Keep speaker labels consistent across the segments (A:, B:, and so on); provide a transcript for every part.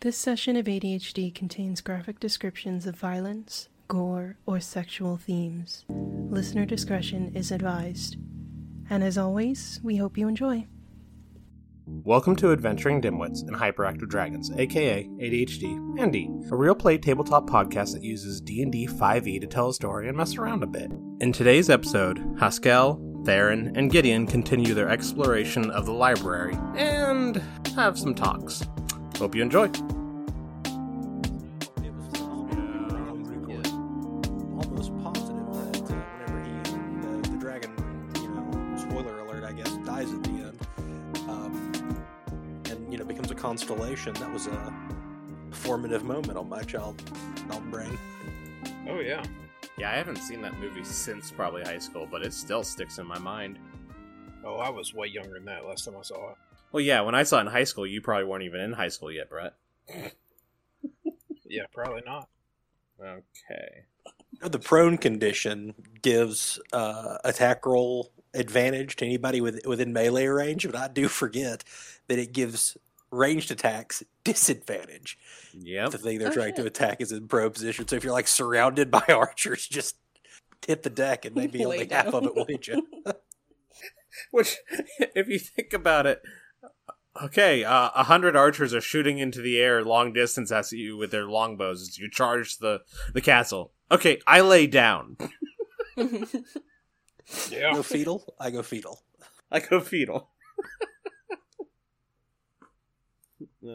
A: This session of ADHD contains graphic descriptions of violence, gore, or sexual themes. Listener discretion is advised. And as always, we hope you enjoy.
B: Welcome to Adventuring Dimwits and Hyperactive Dragons, aka ADHD and D, a real play tabletop podcast that uses D&D 5e E to tell a story and mess around a bit. In today's episode, Haskell, Theron, and Gideon continue their exploration of the library and have some talks. Hope you enjoy.
C: almost positive that uh, whenever he, the, the dragon, you know, spoiler alert, I guess, dies at the end, um, and you know becomes a constellation. That was a formative moment on my child, child brain.
B: Oh yeah. Yeah, I haven't seen that movie since probably high school, but it still sticks in my mind.
D: Oh, I was way younger than that last time I saw it.
B: Well, yeah, when I saw it in high school, you probably weren't even in high school yet, Brett.
D: Yeah, probably not.
B: Okay.
C: The prone condition gives uh, attack roll advantage to anybody with, within melee range, but I do forget that it gives ranged attacks disadvantage.
B: Yep.
C: The thing they're
A: Oh,
C: trying to
A: shit.
C: attack is in prone position. So if you're like surrounded by archers, just hit the deck and maybe
A: Lay
C: only
A: down.
C: half of it will hit you.
B: Which, if you think about it, okay, uh, a hundred archers are shooting into the air long distance at you with their longbows as you charge the the castle. Okay, I lay down.
C: I
D: Yeah.
C: go fetal. I go fetal.
B: I go fetal. no.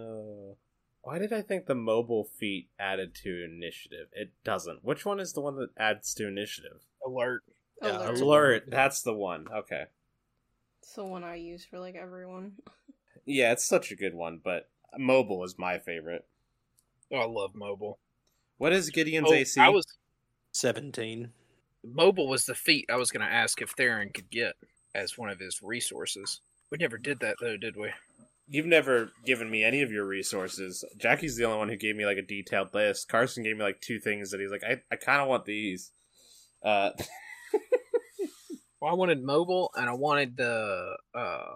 B: Uh, Why did I think the mobile feat added to initiative? It doesn't. Which one is the one that adds to initiative?
D: Alert.
C: Yeah,
A: Alert.
C: That's
B: Alert. That's the one. Okay.
A: It's the one I use for like everyone.
B: Yeah, it's such a good one, but mobile is my favorite.
D: Oh, I love mobile.
B: What is Gideon's
D: Oh,
B: AC?
D: I was
C: Seventeen.
D: mobile was the feat I was going to ask if Theron could get as one of his resources. We never did that though, did we?
B: You've never given me any of your resources. Jackie's the only one who gave me like a detailed list. Carson gave me like two things that he's like, I, I kind of want these. Uh,
D: Well, I wanted mobile and I wanted the uh,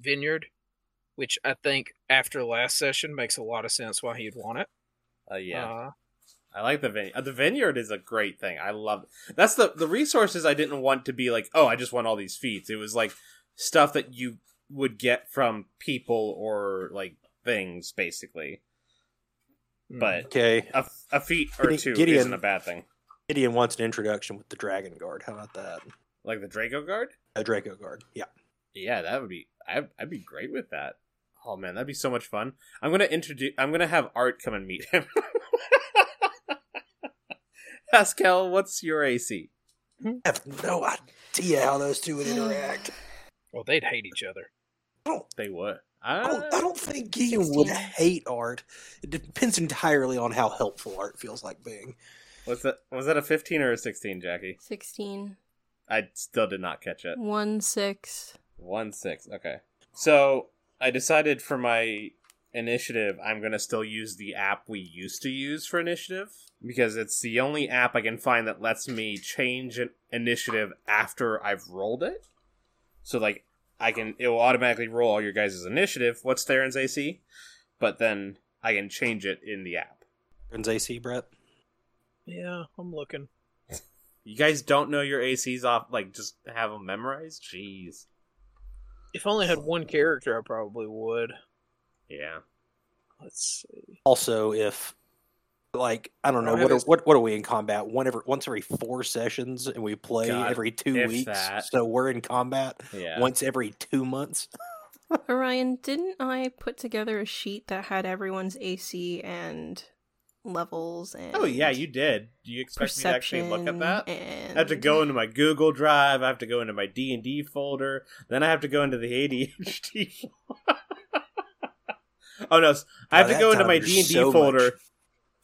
D: vineyard, which I think after last session makes a lot of sense why he'd want it.
B: uh yeah,
D: Uh,
B: I like the vineyard. The vineyard is a great thing. I love that's the the resources I didn't want to be like, oh, I just want all these feats. It was like stuff that you would get from people or like things, basically.
D: hmm.
B: But
C: Okay.
B: a, a feat or
C: Gide-
B: two
C: Gideon-
B: isn't a bad thing.
C: Gideon wants an introduction with the Dragon Guard. How about that?
B: Like the Draco Guard.
C: A Draco Guard. Yeah.
B: Yeah, that would be. I'd, I'd be great with that. Oh man, that'd be so much fun. I'm gonna introduce. I'm gonna have Art come and meet him. Pascal, what's your AC?
C: I have no idea how those two would interact.
D: well, they'd hate each other.
C: I don't,
B: They would.
C: Oh, I
B: Uh,
C: don't, I don't think Gideon would
A: 16.
C: hate art. It depends entirely on how helpful art feels like being.
B: was that was that a 15 or a 16, Jackie?
A: 16,
B: I still did not catch it.
A: 1, 6.
B: One six. Okay. So I decided for my initiative, I'm gonna still use the app we used to use for initiative because it's the only app I can find that lets me change an initiative after I've rolled it. So like I can, it will automatically roll all your guys' initiative. What's Theron's AC? But then I can change it in the app.
C: Friends AC, Brett.
D: Yeah, I'm looking.
B: You guys don't know your ACs off, like just have them memorized. Jeez.
D: If I only had one character, I probably would.
B: Yeah.
D: Let's see.
C: Also, if like I don't know
D: I don't
C: what
D: have
C: are,
D: his-
C: what what are we in combat? One every once every four sessions, and we play
B: God,
C: every two
B: if
C: weeks.
B: that.
C: So we're in combat
B: Yeah.
C: once every two months.
A: Orion, didn't I put together a sheet that had everyone's AC and levels and
B: Oh yeah, you did. Do you expect me to actually
A: perception
B: look at that?
A: And
B: I have to go into my Google Drive. I have to go into my D and D folder. Then I have to go into the ADHD. folder. oh no, s- I have
C: By
B: to
C: that
B: go into
C: time,
B: my
C: there's
B: D and D
C: so
B: folder.
C: much.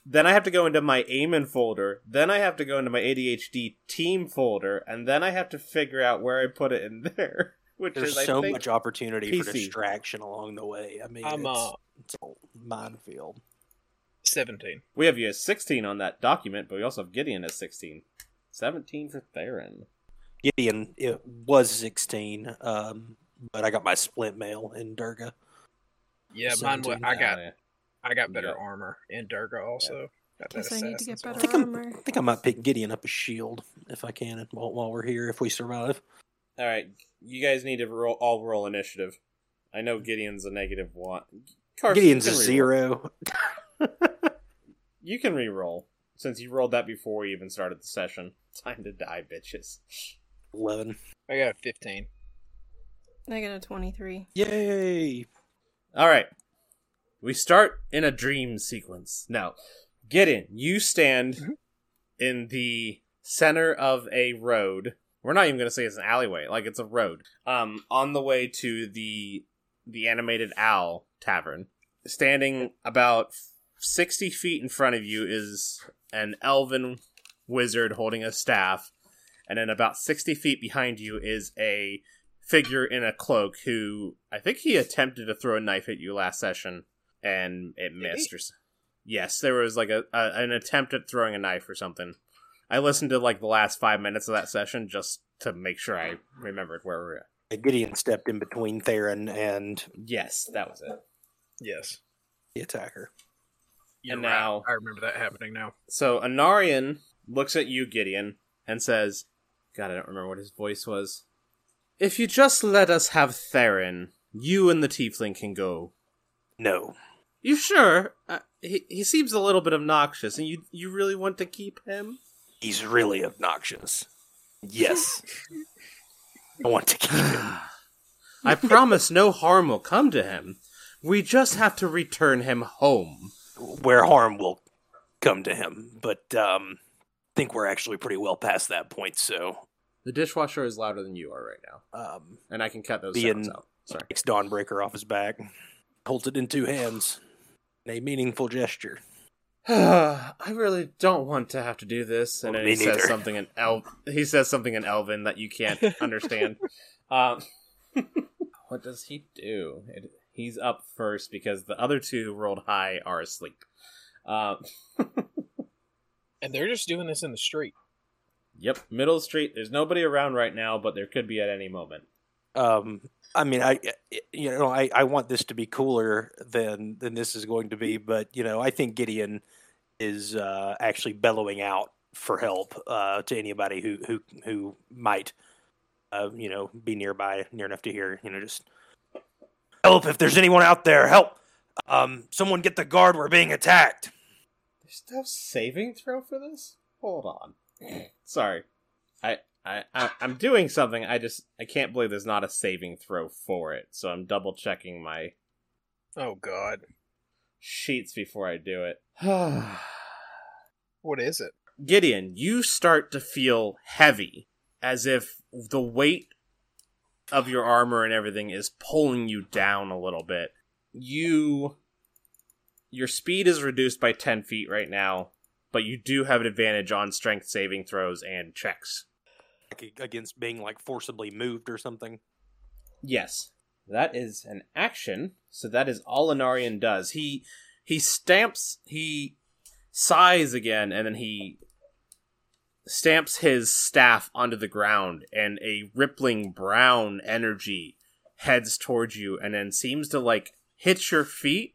B: Then I have to go into my Aimon folder. Then I have to go into my ADHD team folder, and then I have to figure out where I put it in there. Which
C: There's
B: is
C: so
B: I think,
C: much opportunity for
B: PC.
C: distraction along the way. I mean,
D: I'm
C: it's,
D: uh,
C: it's a minefield.
D: 17.
B: We have you as 16 on that document, but we also have Gideon as 16. 17 for Theron.
C: Gideon it was 16, um, but I got my splint mail in Durga.
D: Yeah, mine was.
C: 17.
D: I got.
B: Yeah.
D: I got better
B: Yeah.
D: armor in Durga also. Got that
A: Guess I need to get
D: assassin's
A: better
D: one.
C: I think I'm-
A: armor.
C: I think I might pick Gideon up a shield if I can while, while we're here, if we survive.
B: All right, you guys need to roll all roll initiative. I know Gideon's a negative one. Carson,
C: Gideon's
B: you
C: a
B: can reroll.
C: zero.
B: You can re-roll since you rolled that before we even started the session. Time to die, bitches.
C: 11.
D: I got a 15.
A: I got a 23.
C: Yay!
B: All right. We start in a dream sequence. Now, Gideon, you stand
C: Mm-hmm.
D: Mhm.
B: in the center of a road. We're not even going to say it's an alleyway, like it's a road. Um on the way to the the animated owl tavern. Standing about 60 feet in front of you is an elven wizard holding a staff, and then about 60 feet behind you is a figure in a cloak who I think he attempted to throw a knife at you last session and it missed. Or, s- yes, there was like a, a an attempt at throwing a knife or something. I listened to like the last five minutes of that session just to make sure I remembered where we were at.
C: Gideon stepped in between Theron and
B: Yes, that was it.
D: Yes.
C: the attacker.
D: You're
B: And
D: right.
B: now-
D: I remember that happening now.
B: So Anarian looks at you, Gideon, and says, God, I don't remember what his voice was. If you just let us have Theron, you and the tiefling can go.
C: No.
B: You sure? Uh, he he seems a little bit obnoxious, and you you really want to keep him?
C: He's really obnoxious. Yes. I want to kill him.
B: I promise no harm will come to him. We just have to return him home.
C: where harm will come to him. But um, I think we're actually pretty well past that point. So
B: The dishwasher is louder than you are right now,
C: um,
B: and I can cut those
C: Being-
B: sounds out. Sorry.
C: takes Dawnbreaker off his back, holds it in two hands in a meaningful gesture.
B: I really don't want to have to do this. And
C: Well,
B: then
C: me
B: he says
C: neither.
B: something in El- he says something in Elven that you can't understand. um, what does he do? It, he's up first because the other two rolled high are asleep. Um,
D: And they're just doing this in the street.
B: Yep, Middle Street. There's nobody around right now, but there could be at any moment.
C: Um, I mean, I you know, I, I want this to be cooler than than this is going to be, but you know, I think Gideon is uh, actually bellowing out for help uh, to anybody who who who might uh, you know be nearby, near enough to hear. You know, just help if there's anyone out there. Help! Um, someone get the guard. We're being attacked.
B: There's no saving throw for this. Hold on. Sorry, I, I I I'm doing something. I just I can't believe there's not a saving throw for it. So I'm double checking my
D: Oh, God.
B: sheets before I do it.
D: What is it?
B: Gideon, you start to feel heavy, as if the weight of your armor and everything is pulling you down a little bit. You your speed is reduced by 10 feet right now, but you do have an advantage on strength saving throws and checks.
C: Like, Against being like forcibly moved or something.
B: Yes. That is an action, so that is all Anarian does. He he stamps he sighs again and then he stamps his staff onto the ground and a rippling brown energy heads towards you and then seems to like hit your feet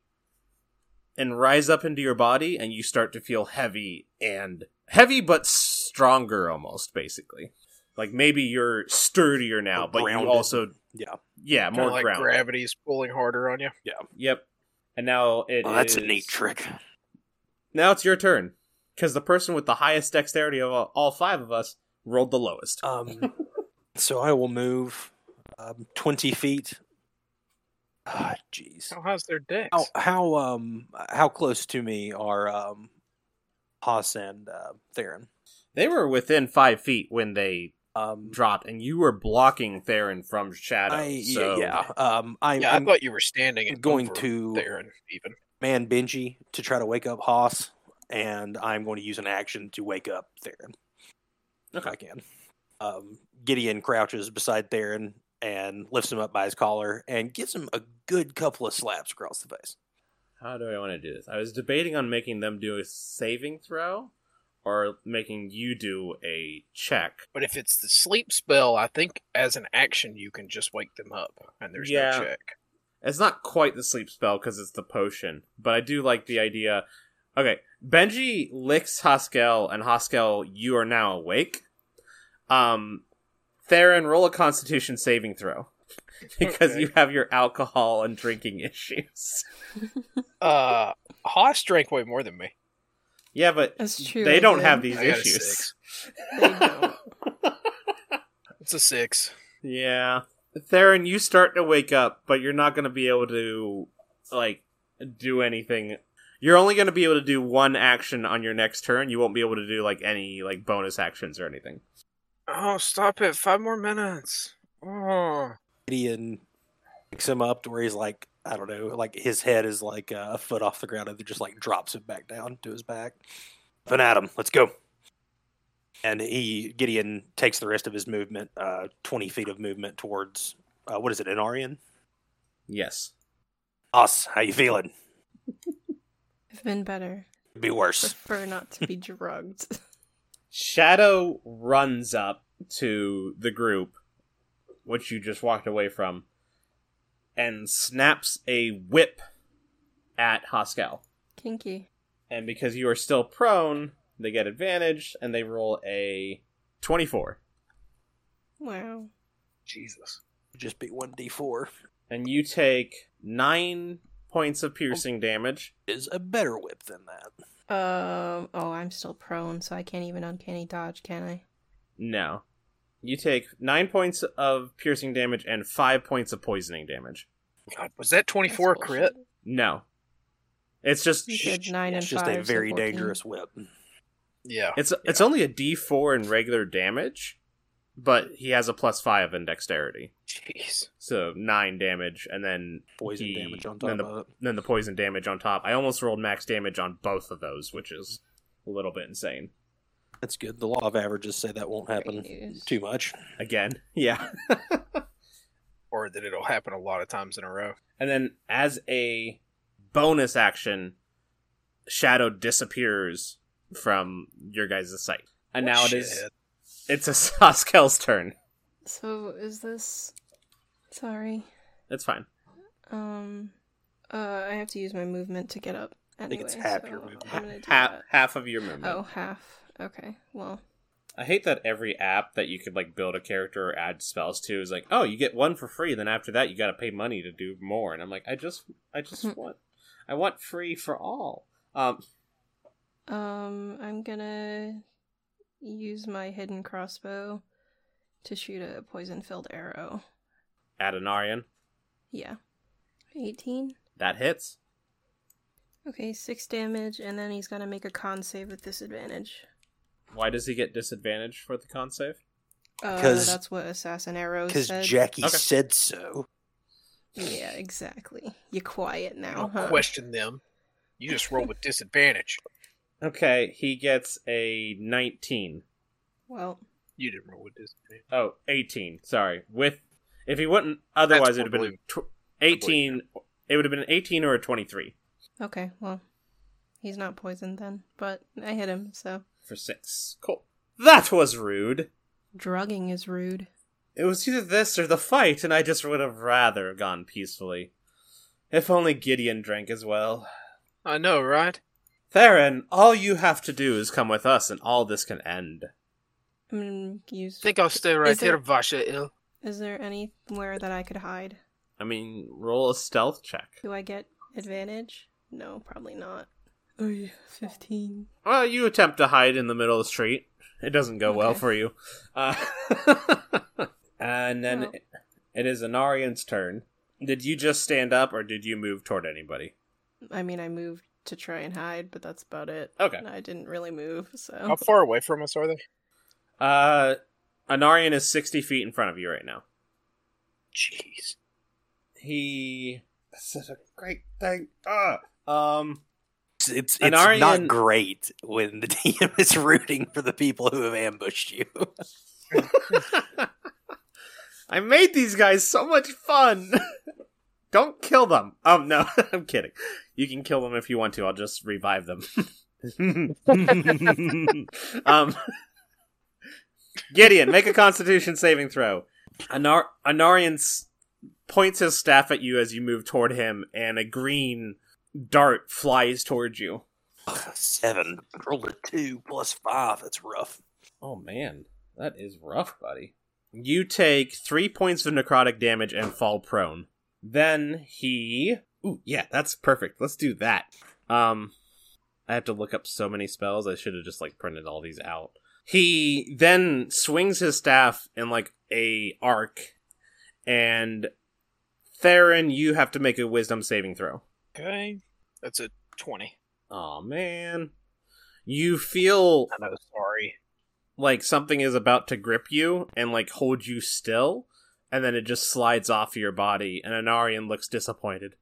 B: and rise up into your body and you start to feel heavy and heavy but stronger almost basically like maybe you're sturdier now but
C: Grounded.
B: you also
C: Yeah.
B: yeah,
D: Kinda
B: more
D: like
B: ground.
D: gravity is pulling harder on you.
B: Yep. And now it
C: Well, Oh, that's a
B: is-
C: neat trick.
B: Now it's your turn, because the person with the highest dexterity of all, all five of us rolled the lowest.
C: Um, so I will move um, twenty feet. Ah, jeez.
D: How high's Oh, their dex?
B: Oh,
C: How how um how close to me are um Haas and uh, Theron?
B: They were within five feet when they
C: Um,
B: dropped, and you were blocking Theron from shadow.
C: I
B: so
C: yeah. Um, I'm,
D: yeah, i
C: I'm
D: thought you were standing and
C: going
D: over
C: to
D: there and even.
C: man Benji to try to wake up Haas, and I'm going to use an action to wake up Theron. If I can. Um, Gideon crouches beside Theron and lifts him up by his collar and gives him a good couple of slaps across the face.
B: How do I want to do this? I was debating on making them do a saving throw, or making you do a check.
D: But if it's the sleep spell, I think as an action you can just wake them up, and there's
B: Yeah.
D: no check.
B: It's not quite the sleep spell because it's the potion, but I do like the idea. Okay, Benji licks Haskell, and Haskell, you are now awake. Um, Theron, roll a Constitution saving throw because
D: Okay.
B: you have your alcohol and drinking issues.
D: Uh, Haas drank way more than me.
B: yeah, but
A: That's true.
B: they
A: I
B: don't
A: did.
B: have these
D: I got a
B: issues.
D: six.
A: They don't.
D: It's a six.
B: Yeah. Theron, you start to wake up, but you're not going to be able to, like, do anything. You're only going to be able to do one action on your next turn. You won't be able to do, like, any, like, bonus actions or anything.
D: Oh, stop it! Five more minutes. Oh,
C: Gideon picks him up to where he's like, I don't know, like his head is like uh, a foot off the ground and then just like drops him back down to his back. Then Adam, let's go. And he Gideon takes the rest of his movement, uh, twenty feet of movement towards uh, what is it, Inarian?
B: Yes.
C: Us, how you feeling?
A: I've been better.
C: Could be worse.
A: Prefer not to be drugged.
B: Shadow runs up to the group, which you just walked away from, and snaps a whip at Haskell.
A: Kinky.
B: And because you are still prone, they get advantage, and they roll a 24.
A: Wow.
D: Jesus.
C: Just be one d four
B: and you take nine points of piercing damage.
C: is a better whip than that.
A: Um. Oh, I'm still prone, so I can't even uncanny dodge, can I?
B: No. You take nine points of piercing damage and five points of poisoning damage.
D: God, was that twenty-four a
A: That's
D: crit?
A: bullshit.
B: No. It's just
A: You said
C: Sh-
A: nine
C: it's
A: and
C: just
A: five,
C: a
A: so
C: very
A: 14.
C: dangerous whip.
D: Yeah.
B: it's it's only a D four in regular damage, but he has a plus five in dexterity.
D: Jeez.
B: So nine damage and then
C: Poison
B: he-
C: damage on
B: then
C: top
B: the,
C: of it.
B: Then the poison damage on top. I almost rolled max damage on both of those, which is a little bit insane.
C: That's good. The law of averages say that won't happen
A: Great news.
C: too much.
B: Again. Yeah.
D: Or that it'll happen a lot of times in a row.
B: And then as a bonus action, Shadow disappears from your guys' sight. And now it is
D: Oh, Shit.
B: it's a Saskel's turn.
A: So is this? Sorry.
B: It's fine.
A: Um. Uh, I have to use my movement to get up. Anyway,
C: think it's half
A: so
C: your movement.
A: I'm gonna do
B: Half,
A: that.
B: half of your movement.
A: Oh, half. Okay. Well,
B: I hate that every app that you could like build a character or add spells to is like, oh, you get one for free, then after that you gotta pay money to do more. And I'm like, I just I just want I want free for all. Um
A: um, I'm gonna use my hidden crossbow to shoot a poison-filled arrow.
B: Adenarian,
A: Yeah. 18.
B: that hits.
A: Okay, 6 damage, and then he's gonna make a con save with disadvantage.
B: Why does he get disadvantage for the con save?
A: Uh,
C: 'Cause-
A: that's what Assassin Arrows
C: Because
A: said.
C: Jackie
B: Okay.
C: said so.
A: yeah, exactly. You quiet now, Uh-huh.
D: Don't
A: huh?
D: Oh, question them. You just roll with disadvantage.
B: Okay, he gets a 19.
A: Well,
D: You didn't roll with disadvantage.
B: Oh, 18. Sorry. With if he wouldn't otherwise it would have been tw- 18 it would have been an 18 or a 23
A: okay, well, he's not poisoned then, but I hit him, so.
B: for 6. Cool. That was rude.
A: Drugging is rude.
B: It was either this or the fight and I just would have rather gone peacefully. If only Gideon drank as well.
D: I know, right?
B: Theron, all you have to do is come with us and all this can end.
A: I'm gonna use.
D: Think I'll stay right
A: Is
D: here,
A: there-
D: Vasha Il.
A: Is there anywhere that I could hide?
B: I mean, roll a stealth check.
A: Do I get advantage? No, probably not. Oh, yeah, 15.
B: Well, you attempt to hide in the middle of the street. It doesn't go well
A: Okay.
B: for you. Uh, and then
A: Well.
B: it- it is Anarian's turn. Did you just stand up or did you move toward anybody?
A: I mean, I moved to try and hide, but that's about it.
B: Okay.
A: And I didn't really move, so.
D: How far away from us are they?
B: Uh, Anarian is 60 feet in front of you right now.
D: Jeez.
B: He. This is a great thing. Ah! Um,
C: It's it's,
B: An
C: it's not
B: Aryan-
C: great when the DM is rooting for the people who have ambushed you.
B: I made these guys so much fun! Don't kill them! Um, no, I'm kidding. You can kill them if you want to. I'll just revive them. um, Gideon, make a Constitution saving throw. Anar- Anarian's points his staff at you as you move toward him, and a green dart flies towards you.
C: Ugh, seven. Rolled a two plus five. That's rough.
B: Oh man, that is rough, buddy. You take three points of necrotic damage and fall prone. Then he. Ooh, yeah, that's perfect. Let's do that. Um, I have to look up so many spells. I should have just like printed all these out. He then swings his staff in like a arc, and Theron, you have to make a wisdom saving throw.
D: Okay. That's a 20.
B: Oh man, you feel
D: I know, sorry.
B: like something is about to grip you and like hold you still, and then it just slides off your body, and Anarian looks disappointed.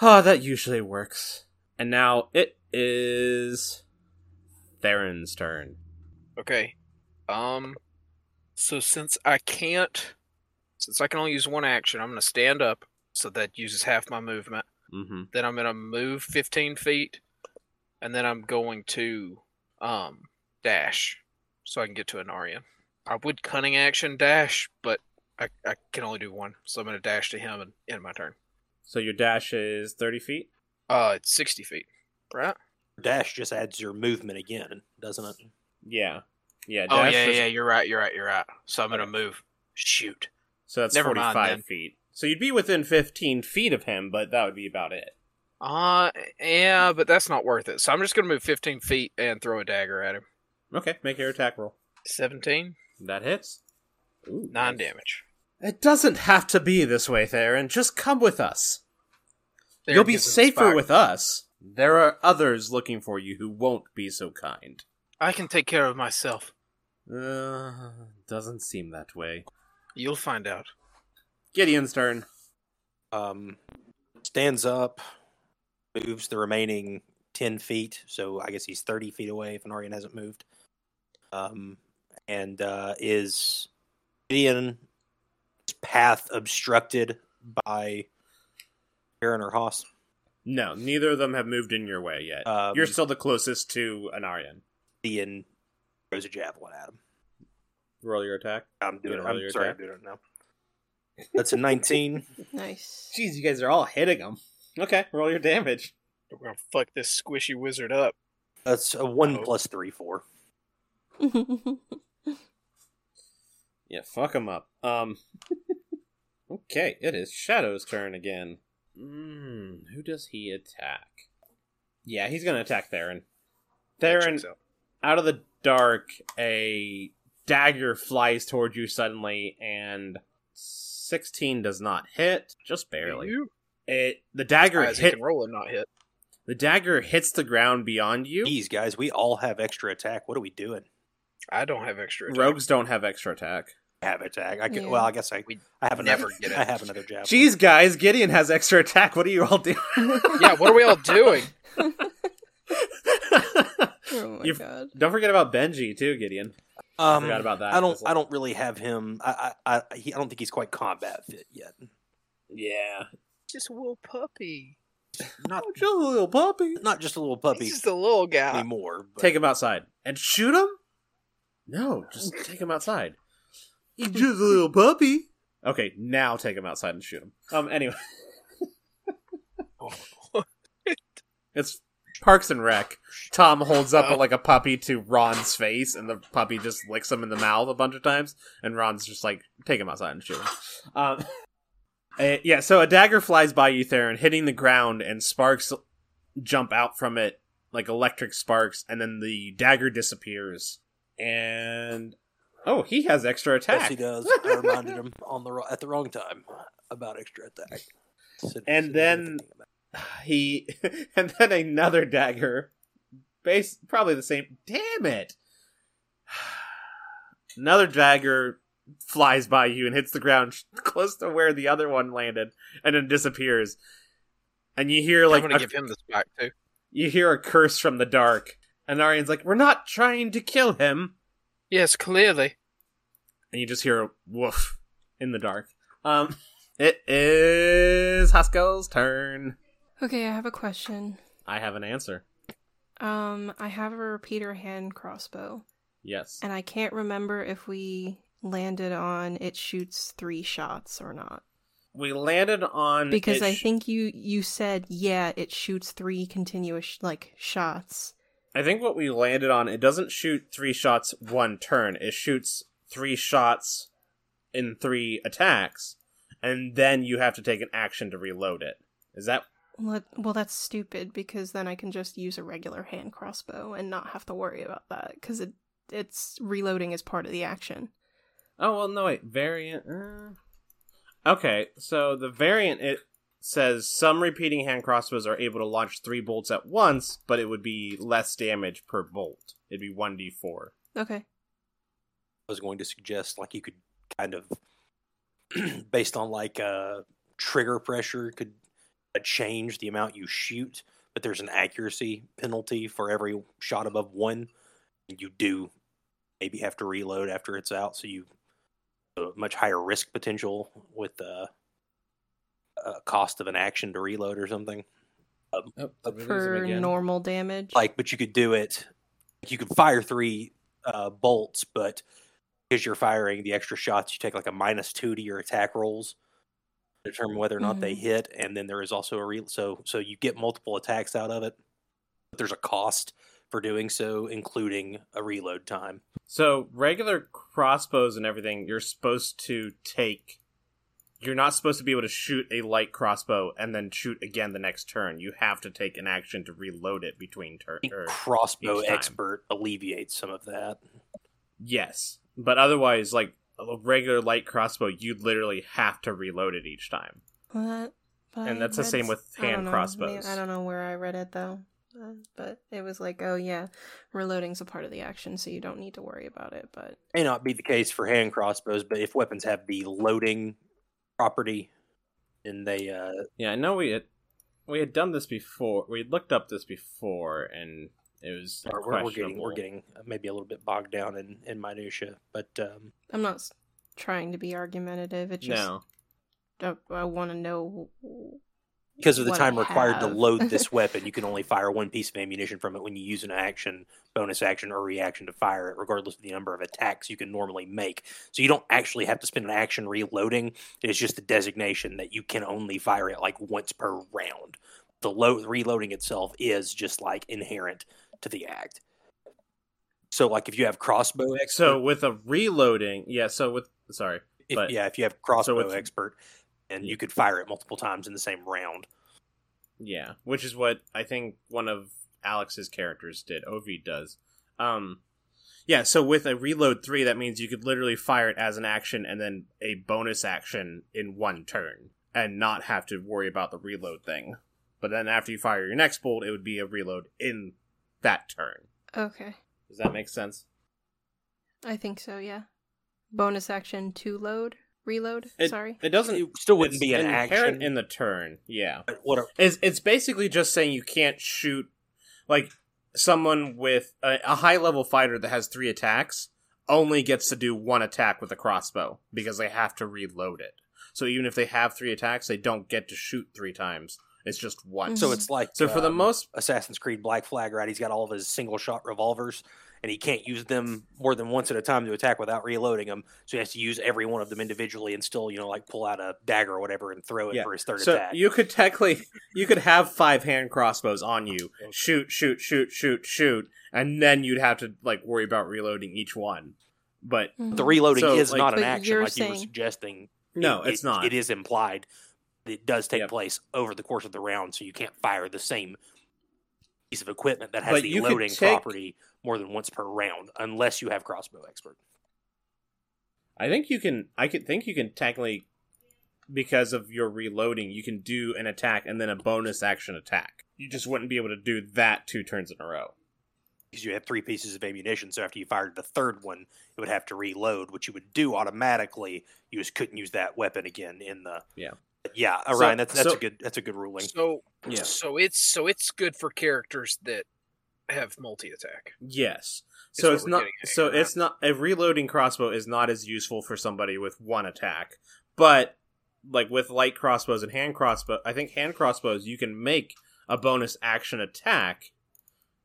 B: Ah, that usually works. And now it is Theron's turn.
D: Okay. Um so since I can't since I can only use one action, I'm gonna stand up, so that uses half my movement.
B: Mm-hmm.
D: Then I'm gonna move fifteen feet, and then I'm going to um dash so I can get to Anarian. I would cunning action dash, but I, I can only do one, so I'm gonna dash to him and end my turn.
B: So your dash is thirty feet.
D: Uh it's sixty feet. Right?
C: Dash just adds your movement again, doesn't it?
B: Yeah, yeah.
D: Oh
B: dash
D: yeah,
B: is-
D: yeah, you're right, you're right, you're right. So I'm gonna
B: Okay.
D: move. Shoot.
B: So that's
D: Never mind,
B: forty-five
D: then.
B: feet. So you'd be within fifteen feet of him, but that would be about it.
D: Uh, yeah, but that's not worth it. So I'm just gonna move 15 feet and throw a dagger at him.
B: Okay, make your attack roll.
D: 17,
B: That hits. Ooh,
D: nine
B: nice.
D: damage.
B: It doesn't have to be this way, Theron. Just come with us.
D: There
B: You'll be
D: gives him
B: safer
D: inspire.
B: with us. There are others looking for you who won't be so kind.
D: I can take care of myself.
B: Uh, doesn't seem that way.
D: You'll find out.
B: Gideon's turn.
C: Um, stands up, moves the remaining ten feet. So I guess he's thirty feet away if Anarian hasn't moved. Um, and uh, is Gideon's path obstructed by Aaron or Haas?
B: No, neither of them have moved in your way yet.
C: Um,
B: You're still the closest to Anarian.
C: Gideon throws a javelin at him.
B: Roll your attack.
C: I'm
B: You
C: doing it.
B: wanna roll your
C: I'm sorry,
B: attack?
C: I'm doing it now. That's a 19.
A: Nice.
B: Jeez, you guys are all hitting him. Okay, roll your damage.
D: We're gonna fuck this squishy wizard up.
C: That's a 1
D: Oh.
C: plus 3, 4.
A: Oh
B: Yeah, fuck him up. Um. okay, it is Shadow's turn again. Mm, who does he attack? Yeah, he's gonna attack Theron.
D: That
B: Theron,
D: checks out.
B: out of the dark, a dagger flies towards you suddenly, and sixteen does not hit, just barely.
D: You?
B: It the dagger
D: Isaac
B: hit
D: can roll and not hit.
B: the dagger hits the ground beyond you.
C: Geez, guys, we all have extra attack. What are we doing?
D: I don't have extra. attack.
B: Rogues don't have extra attack.
C: Have attack. I could,
A: Yeah.
C: Well, I guess I,
D: We
C: I have another.
D: never get it.
C: I have another javelin.
B: Jeez, guys, Gideon has extra attack. What are you all doing?
D: yeah, what are we all doing?
A: Oh my
B: You've-
A: god.
B: Don't forget about Benji too, Gideon. I
C: Um,
B: forgot about that.
C: I don't.
B: That's-
C: I don't really have him. I. I. I, he, I don't think he's quite combat fit yet.
B: Yeah.
D: Just a little puppy.
C: Not.
B: just a little puppy.
C: not just a little puppy
D: He's just a little guy.
C: anymore. But
B: Take him outside and shoot him. No, just take him outside. He's just a little puppy. Okay, now take him outside and shoot him. Um. Anyway, it's Parks and Rec. Tom holds up like a puppy to Ron's face, and the puppy just licks him in the mouth a bunch of times. And Ron's just like, "Take him outside and shoot him." Um, uh, yeah. So a dagger flies by you, Theron, hitting the ground, and sparks jump out from it like electric sparks, and then the dagger disappears. And oh, he has extra attack.
C: yes, he does. I reminded him on the ro- at the wrong time about extra attack. Said-
B: And
C: said
B: then-
C: anything about it.
B: He and then another dagger, base probably the same. Damn it! Another dagger flies by you and hits the ground close to where the other one landed, and then disappears. And you hear
D: I'm
B: like
D: gonna
B: a-
D: give him the spike too.
B: you hear a curse from the dark, and Arian's like, "We're not trying to kill him,"
D: Yes, clearly.
B: and you just hear a woof in the dark. Um, it is Haskell's turn.
A: Okay, I have a question.
B: I have an answer.
A: Um, I have a repeater hand crossbow,
B: Yes.
A: and I can't remember if we landed on it shoots three shots or not.
B: we landed on
A: because
B: Mm, it
A: I
B: sh-
A: think you you said yeah it shoots three continuous like shots.
B: I think what we landed on it doesn't shoot three shots one turn. It shoots three shots in three attacks, and then you have to take an action to reload it. Is that
A: Well, well, that's stupid because then I can just use a regular hand crossbow and not have to worry about that because it it's reloading is part of the action.
B: Oh well, no wait, variant. Uh... Okay, so the variant it says some repeating hand crossbows are able to launch three bolts at once, but it would be less damage per bolt. It'd be one d four.
A: Okay.
C: was going to suggest like you could kind of based on like uh trigger pressure could uh, change the amount you shoot but there's an accuracy penalty for every shot above one and you do maybe have to reload after it's out so you a much higher risk potential with uh, a cost of an action to reload or something
B: Oh,
A: For normal damage.
C: like but you could do it you could fire three uh, bolts but because you're firing the extra shots you take like a minus two to your attack rolls to determine whether or not they
A: Mhm.
C: hit and then there is also a real so so you get multiple attacks out of it but there's a cost for doing so including a reload time
B: So regular crossbows and everything, you're supposed to take. You're not supposed to be able to shoot a light crossbow and then shoot again the next turn. You have to take an action to reload it between er,
C: I think
B: turns.
C: crossbow
B: each time.
C: expert alleviates some of that
B: Yes, but otherwise, like a regular light crossbow, you literally have to reload it each time.
A: What? But
B: And
A: I
B: that's the
A: read
B: same
A: s-
B: with
A: I don't
B: hand
A: know,
B: crossbows.
A: man, I don't know where I read it though, Uh, but it was like, oh yeah, reloading's a part of the action, so you don't need to worry about it. But
C: may not be the case for hand crossbows but if weapons have the loading property then they uh
B: Yeah, I know we had we had done this before. We had looked up this before, and it was
C: Or we're, we're getting we're getting maybe a little bit bogged down in in minutia, but um,
A: I'm not s- trying to be argumentative. It's just uh,
B: no.
A: I, I want to know w-
C: because of the
A: what I
C: time required to
A: have.
C: load this weapon, you can only fire one piece of ammunition from it when you use an action, bonus action, or reaction to fire it, regardless of the number of attacks you can normally make. So you don't actually have to spend an action reloading. It's just the designation that you can only fire it like once per round. The load reloading itself is just like inherent to the act. So like if you have crossbow expert,
B: So with a reloading, yeah. So with sorry,
C: if,
B: But-
C: yeah, if you have crossbow
B: it's-
C: expert, and you could fire it multiple times in the same round.
B: yeah, which is what I think one of Alex's characters did. Ovid does. Um, yeah. So with a reload three, that means you could literally fire it as an action and then a bonus action in one turn, and not have to worry about the reload thing. But then after you fire your next bolt, it would be a reload in that turn.
A: okay.
B: Does that make sense?
A: I think so. Yeah. Bonus action to load, reload.
B: It-
A: sorry.
B: It doesn't.
C: It still wouldn't
B: it's
C: be an
B: inherent
C: action.
B: in the turn. Yeah,
C: But what a,
B: it's it's basically just saying you can't shoot like someone with a, a high level fighter that has three attacks only gets to do one attack with a crossbow because they have to reload it. So even if they have three attacks, they don't get to shoot three times. It's just one.
C: so
A: Mhm.
C: it's like
B: So for the
C: um,
B: most,
C: Assassin's Creed Black Flag, right? He's got all of his single shot revolvers, and he can't use them more than once at a time to attack without reloading them. So he has to use every one of them individually, and still, you know, like pull out a dagger or whatever and throw it
B: Yeah.
C: for his third
B: so
C: attack.
B: you could technically you could have five hand crossbows on you, shoot, shoot, shoot, shoot, shoot, and then you'd have to like worry about reloading each one. But
A: Mm-hmm.
C: the reloading
B: So,
C: is
B: like-
C: not an
A: But
C: action,
A: you're
C: like you were
A: saying-
C: suggesting.
B: no,
C: It-
B: it's
C: it-
B: not.
C: It is implied. It does take
B: Yep.
C: place over the course of the round, so you can't fire the same piece of equipment that has
B: But
C: the
B: you could
C: loading
B: take-
C: property more than once per round, unless you have crossbow expert.
B: I think you can. I could think you can technically, because of your reloading, you can do an attack and then a bonus action attack. You just wouldn't be able to do that two turns in a row.
C: because you have three pieces of ammunition. So after you fired the third one, it would have to reload, which you would do automatically. You just couldn't use that weapon again in the
B: Yeah.
C: yeah.
B: So-
C: Orion, that's that's
B: so-
C: a good that's a good ruling.
D: So
B: Yeah.
D: so it's so it's good for characters that have multi attack.
B: Yes.
D: Is
B: So
D: what
B: it's
D: we're
B: not.
D: getting at
B: So
D: here,
B: it's not a reloading crossbow is not as useful for somebody with one attack, but like with light crossbows and hand crossbow, I think hand crossbows you can make a bonus action attack.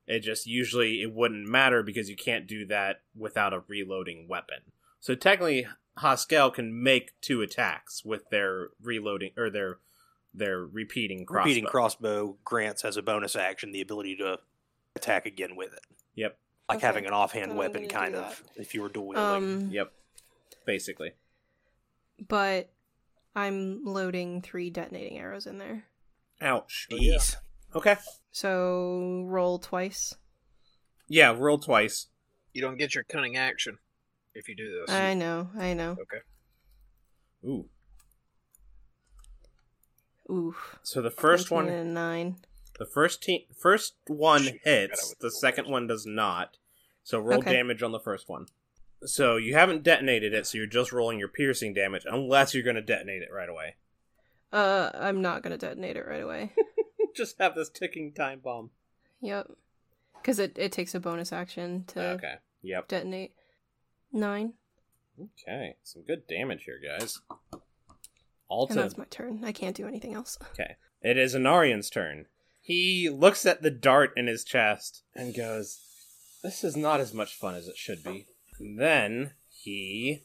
B: It just usually it wouldn't matter because you can't do that without a reloading weapon. So technically, Haskell can make two attacks with their reloading or their their repeating crossbow.
C: Repeating crossbow grants as a bonus action the ability to attack again with it.
B: Yep.
C: Like
A: Okay.
C: having an offhand
A: Then I'm
C: weapon,
A: gonna
C: kind
A: do
C: of, if you were dual wielding.
A: Um,
B: Yep. Basically.
A: but I'm loading three detonating arrows in there.
B: Ouch.
C: Jeez.
B: Okay.
A: So roll twice.
B: Yeah, roll twice.
D: You don't get your cunning action if you do this.
A: I know, I know.
D: okay.
B: Ooh.
A: Oof.
B: So the first
A: 19
B: one
A: and a nine.
B: the first te- first one
D: Shoot, forgot I
B: hits,
D: was
B: the
D: rolling.
B: second one does not. So roll
A: Okay.
B: damage on the first one. So you haven't detonated it, so you're just rolling your piercing damage unless you're going to detonate it right away.
A: Uh, I'm not gonna detonate it right away.
B: just have this ticking time bomb.
A: yep, because it it takes a bonus action to
B: Okay. Yep.
A: detonate. Nine,
B: Okay, some good damage here, guys. All
A: and
B: to
A: that's my turn. I can't do anything else.
B: it is Anarian's turn. He looks at the dart in his chest and goes, "This is not as much fun as it should be." And then he,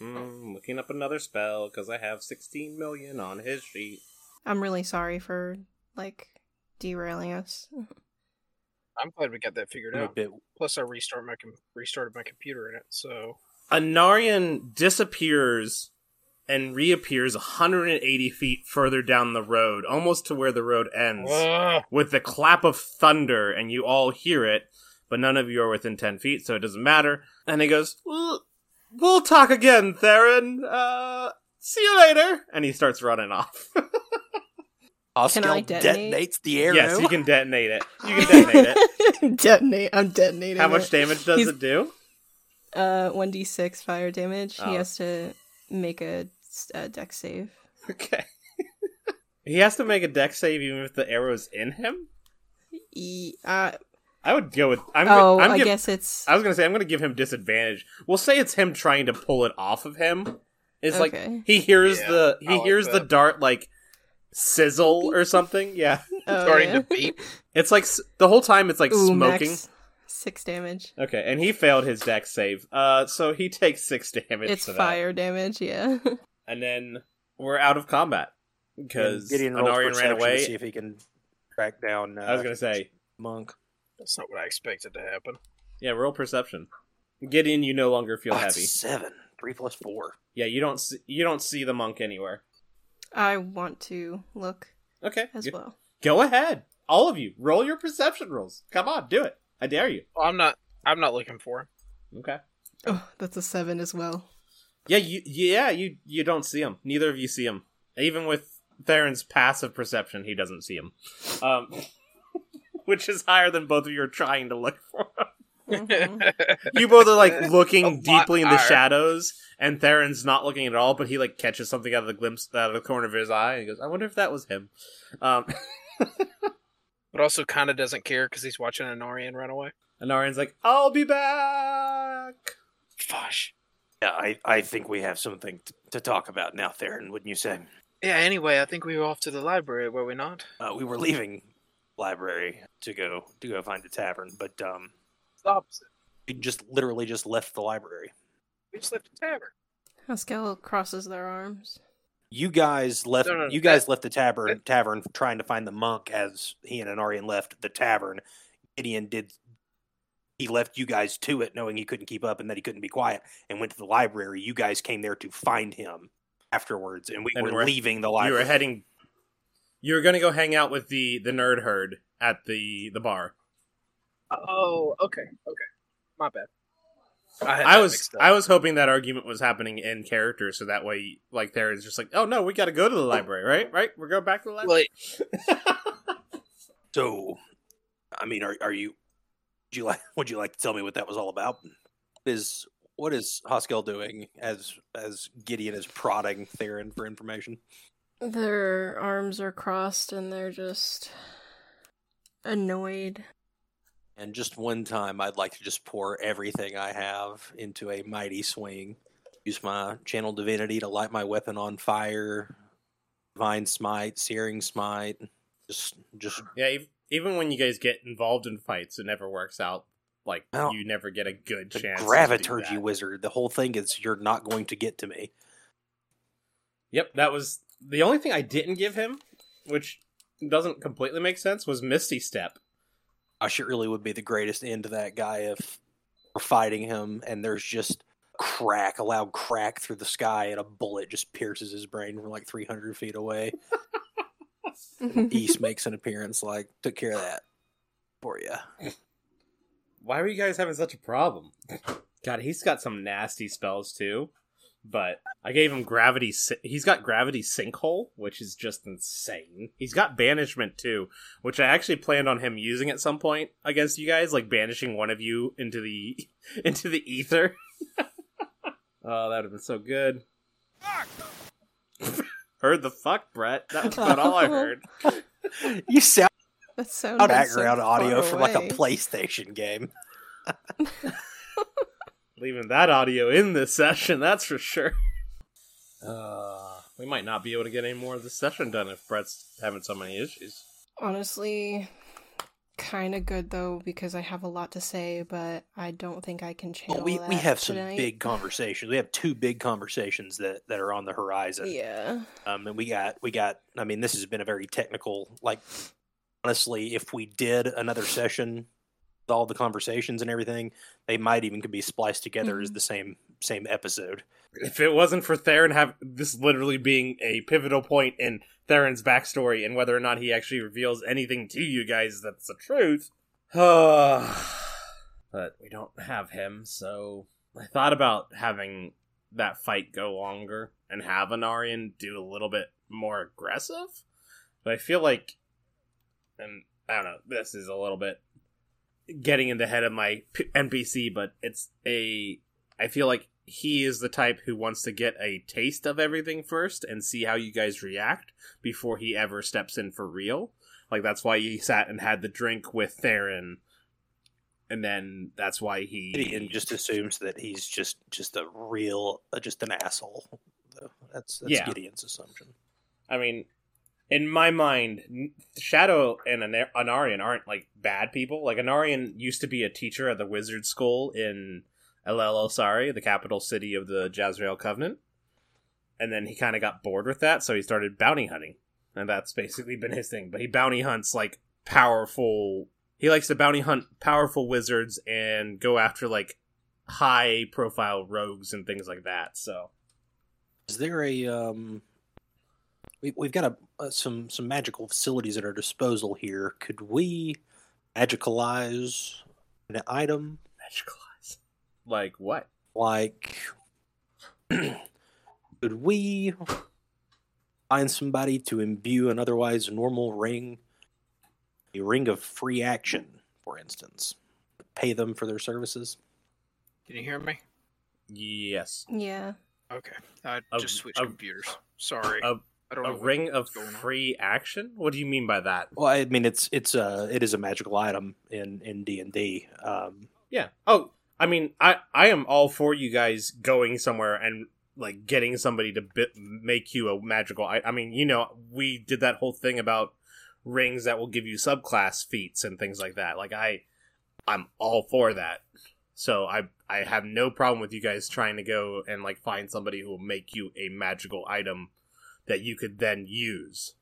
B: hmm, looking up another spell because I have sixteen million on his sheet.
A: I'm really sorry for like derailing us.
D: I'm glad we got that figured
C: I'm a
D: out.
C: bit
D: Plus, I restart my com- restarted my computer in it, so
B: Anarian disappears and reappears 180 feet further down the road, almost to where the road ends.
D: Ah,
B: with the clap of thunder, and you all hear it, but none of you are within 10 feet, so it doesn't matter. And he goes, "Well, We'll talk again, Theron. Uh, see you later. And he starts running off.
A: Can I
C: Oskel
A: detonate?
C: detonates the arrow.
B: yes, you can detonate it. You can detonate it.
A: it. detonate. I'm detonating.
B: How much
A: it.
B: damage does
A: He's-
B: it do?
A: Uh, one d six fire damage.
B: Oh.
A: He has to make a, a deck save.
B: Okay. he has to make a deck save even if the arrow's in him?
A: E- uh,
B: I would go with. I'm,
A: oh,
B: I'm
A: I
B: giv-
A: guess it's
B: I was gonna say I'm gonna give him disadvantage. We'll say it's him trying to pull it off of him. It's
A: Okay.
B: like he hears
D: Yeah,
B: the
D: I
B: he
D: like
B: hears the
D: that.
B: dart like sizzle or something. Yeah,
A: oh,
D: starting
A: yeah.
D: to beep.
B: it's like s- the whole time it's like
A: Ooh,
B: smoking.
A: max six damage.
B: Okay, and he failed his deck save. Uh, so he takes six damage.
A: It's
B: to that.
A: fire damage. Yeah.
B: and then we're out of combat because
C: Gideon rolls
B: Anarian ran
C: perception to see
B: away.
C: if he can track down. Uh,
B: I was gonna say,
C: monk.
D: That's not what I expected to happen.
B: yeah, roll perception. Gideon, you no longer feel
C: Oh, that's
B: heavy.
C: Seven, three plus four.
B: Yeah, you don't see, you don't see the monk anywhere.
A: I want to look
B: Okay,
A: as
B: you-
A: well.
B: Go ahead. All of you, roll your perception rolls. Come on, do it. I dare you.
D: Well, I'm not. I'm not looking for him.
B: Okay.
A: Oh, that's a seven as well.
B: Yeah, you yeah, you you don't see him. Neither of you see him. Even with Theron's passive perception, he doesn't see him. Um which is higher than both of you are trying to look for. him.
A: Mhm.
B: You both are like
D: A
B: looking
D: lot
B: deeply in the
D: higher.
B: shadows, and Theron's not looking at all, but he like catches something out of the glimpse out of the corner of his eye and he goes, I wonder if that was him. Um
D: but also kind of doesn't care because he's watching Anarian run away.
B: and Arian's like, I'll be back.
D: Fush.
C: Yeah, I, I think we have something t- to talk about now, Theron. Wouldn't you say?
D: Yeah. Anyway, I think we were off to the library, were we not?
C: Uh, we were leaving library to go to go find a tavern, but um,
D: Stop.
C: we just literally just left the library.
D: We just left the tavern.
A: Haskell crosses their arms.
C: You guys left.
D: No, no, no,
C: you guys
D: that-
C: left the tavern. tavern trying to find the monk as he and Anarian left the tavern. Gideon did. He left you guys to it, knowing he couldn't keep up and that he couldn't be quiet, and went to the library. You guys came there to find him afterwards, and we
B: And
C: were
B: we're-
C: leaving the
B: you were
C: library.
B: heading you were gonna go hang out with the the nerd herd at the the bar
D: Oh, okay, okay. My bad. I, had
B: i
D: that
B: was
D: mixed up.
B: i was hoping that argument was happening in character so that way like there is just like oh no we gotta go to the library right right we're going back to the library
D: Well,
C: So, I mean, are are you? Would you like? Would you like to tell me what that was all about? Is what is Hoskell doing as as Gideon is prodding Theron for information?
A: Their arms are crossed and they're just annoyed.
C: And just one time, I'd like to just pour everything I have into a mighty swing. Use my channel divinity to light my weapon on fire. Divine smite, searing smite. Just, just
B: yeah ev- even when you guys get involved in fights it never works out Like
C: Well,
B: you never get a good
C: The
B: chance. to do
C: Graviturgy
B: that.
C: Wizard. The whole thing is you're not going to get to me.
B: Yep, that was the only thing I didn't give him, which doesn't completely make sense, was Misty Step.
C: Gosh, it really would be the greatest end to that guy if we're fighting him and there's just crack, a loud crack through the sky, and a bullet just pierces his brain from like 300 feet away. East makes an appearance, like took care of that for you.
B: Why were you guys having such a problem? God, he's got some nasty spells too. But I gave him gravity. Si- he's got gravity sinkhole, which is just insane. He's got banishment too, which I actually planned on him using at some point against you guys, like banishing one of you into the into the ether. oh, that would have been so good. heard the fuck, Brett. That was about all I heard.
C: You sound
A: That sounded
C: background
A: so
C: audio
A: far
C: from like a
A: away.
C: PlayStation game.
B: leaving that audio in this session, that's for sure. Uh, we might not be able to get any more of this session done if Brett's having so many issues.
A: Honestly, kind of good though because I have a lot to say, but I don't think I can
C: Well,
A: channel.
C: Oh, we, we
A: that
C: have some
A: tonight.
C: big conversations. We have two big conversations that, that are on the horizon.
A: Yeah.
C: Um, and we got we got. I mean, this has been a very technical. Like, honestly, if we did another session with all the conversations and everything, they might even could be spliced together as
A: Mhm.
C: the same same episode.
B: If it wasn't for Theron have this literally being a pivotal point in Theron's backstory and whether or not he actually reveals anything to you guys that's the truth. but we don't have him, so I thought about having that fight go longer and have Anarian do a little bit more aggressive. But I feel like and I don't know, this is a little bit getting in the head of my p- NPC, but it's a I feel like he is the type who wants to get a taste of everything first and see how you guys react before he ever steps in for real. Like that's why he sat and had the drink with Theron, and then that's why he
C: And just assumes that he's just just a real uh, just an asshole. though. That's that's
B: Yeah.
C: Gideon's assumption.
B: I mean, in my mind, n- Shadow and An- Anarian aren't like bad people. Like Anarian used to be a teacher at the wizard school in El El Osari, the capital city of the Jazrael Covenant, and then he kind of got bored with that, so he started bounty hunting, and that's basically been his thing. But he bounty hunts like powerful. He likes to bounty hunt powerful wizards and go after like high profile rogues and things like that. So
C: Is there a um? We, we've got a, uh, some some magical facilities at our disposal here. Could we magicalize an item?
B: magical eyes. Like what?
C: like could we find somebody to imbue an otherwise normal ring a ring of free action for instance pay them for their services
D: Can you hear me?
B: Yes.
A: Yeah.
D: Okay. I
B: A-
D: just switched
B: a-
D: computers. Sorry.
B: a-
D: I don't
B: A
D: know. what-
B: ring of
D: going on?
B: free action? What do you mean by that?
C: well i mean it's it's uh it is a magical item in in d&d um
B: Yeah. Oh, I mean, I I am all for you guys going somewhere and like getting somebody to bi- make you a magical. I, I mean, you know, we did that whole thing about rings that will give you subclass feats and things like that. Like I, I'm all for that. So I I have no problem with you guys trying to go and like find somebody who will make you a magical item that you could then use.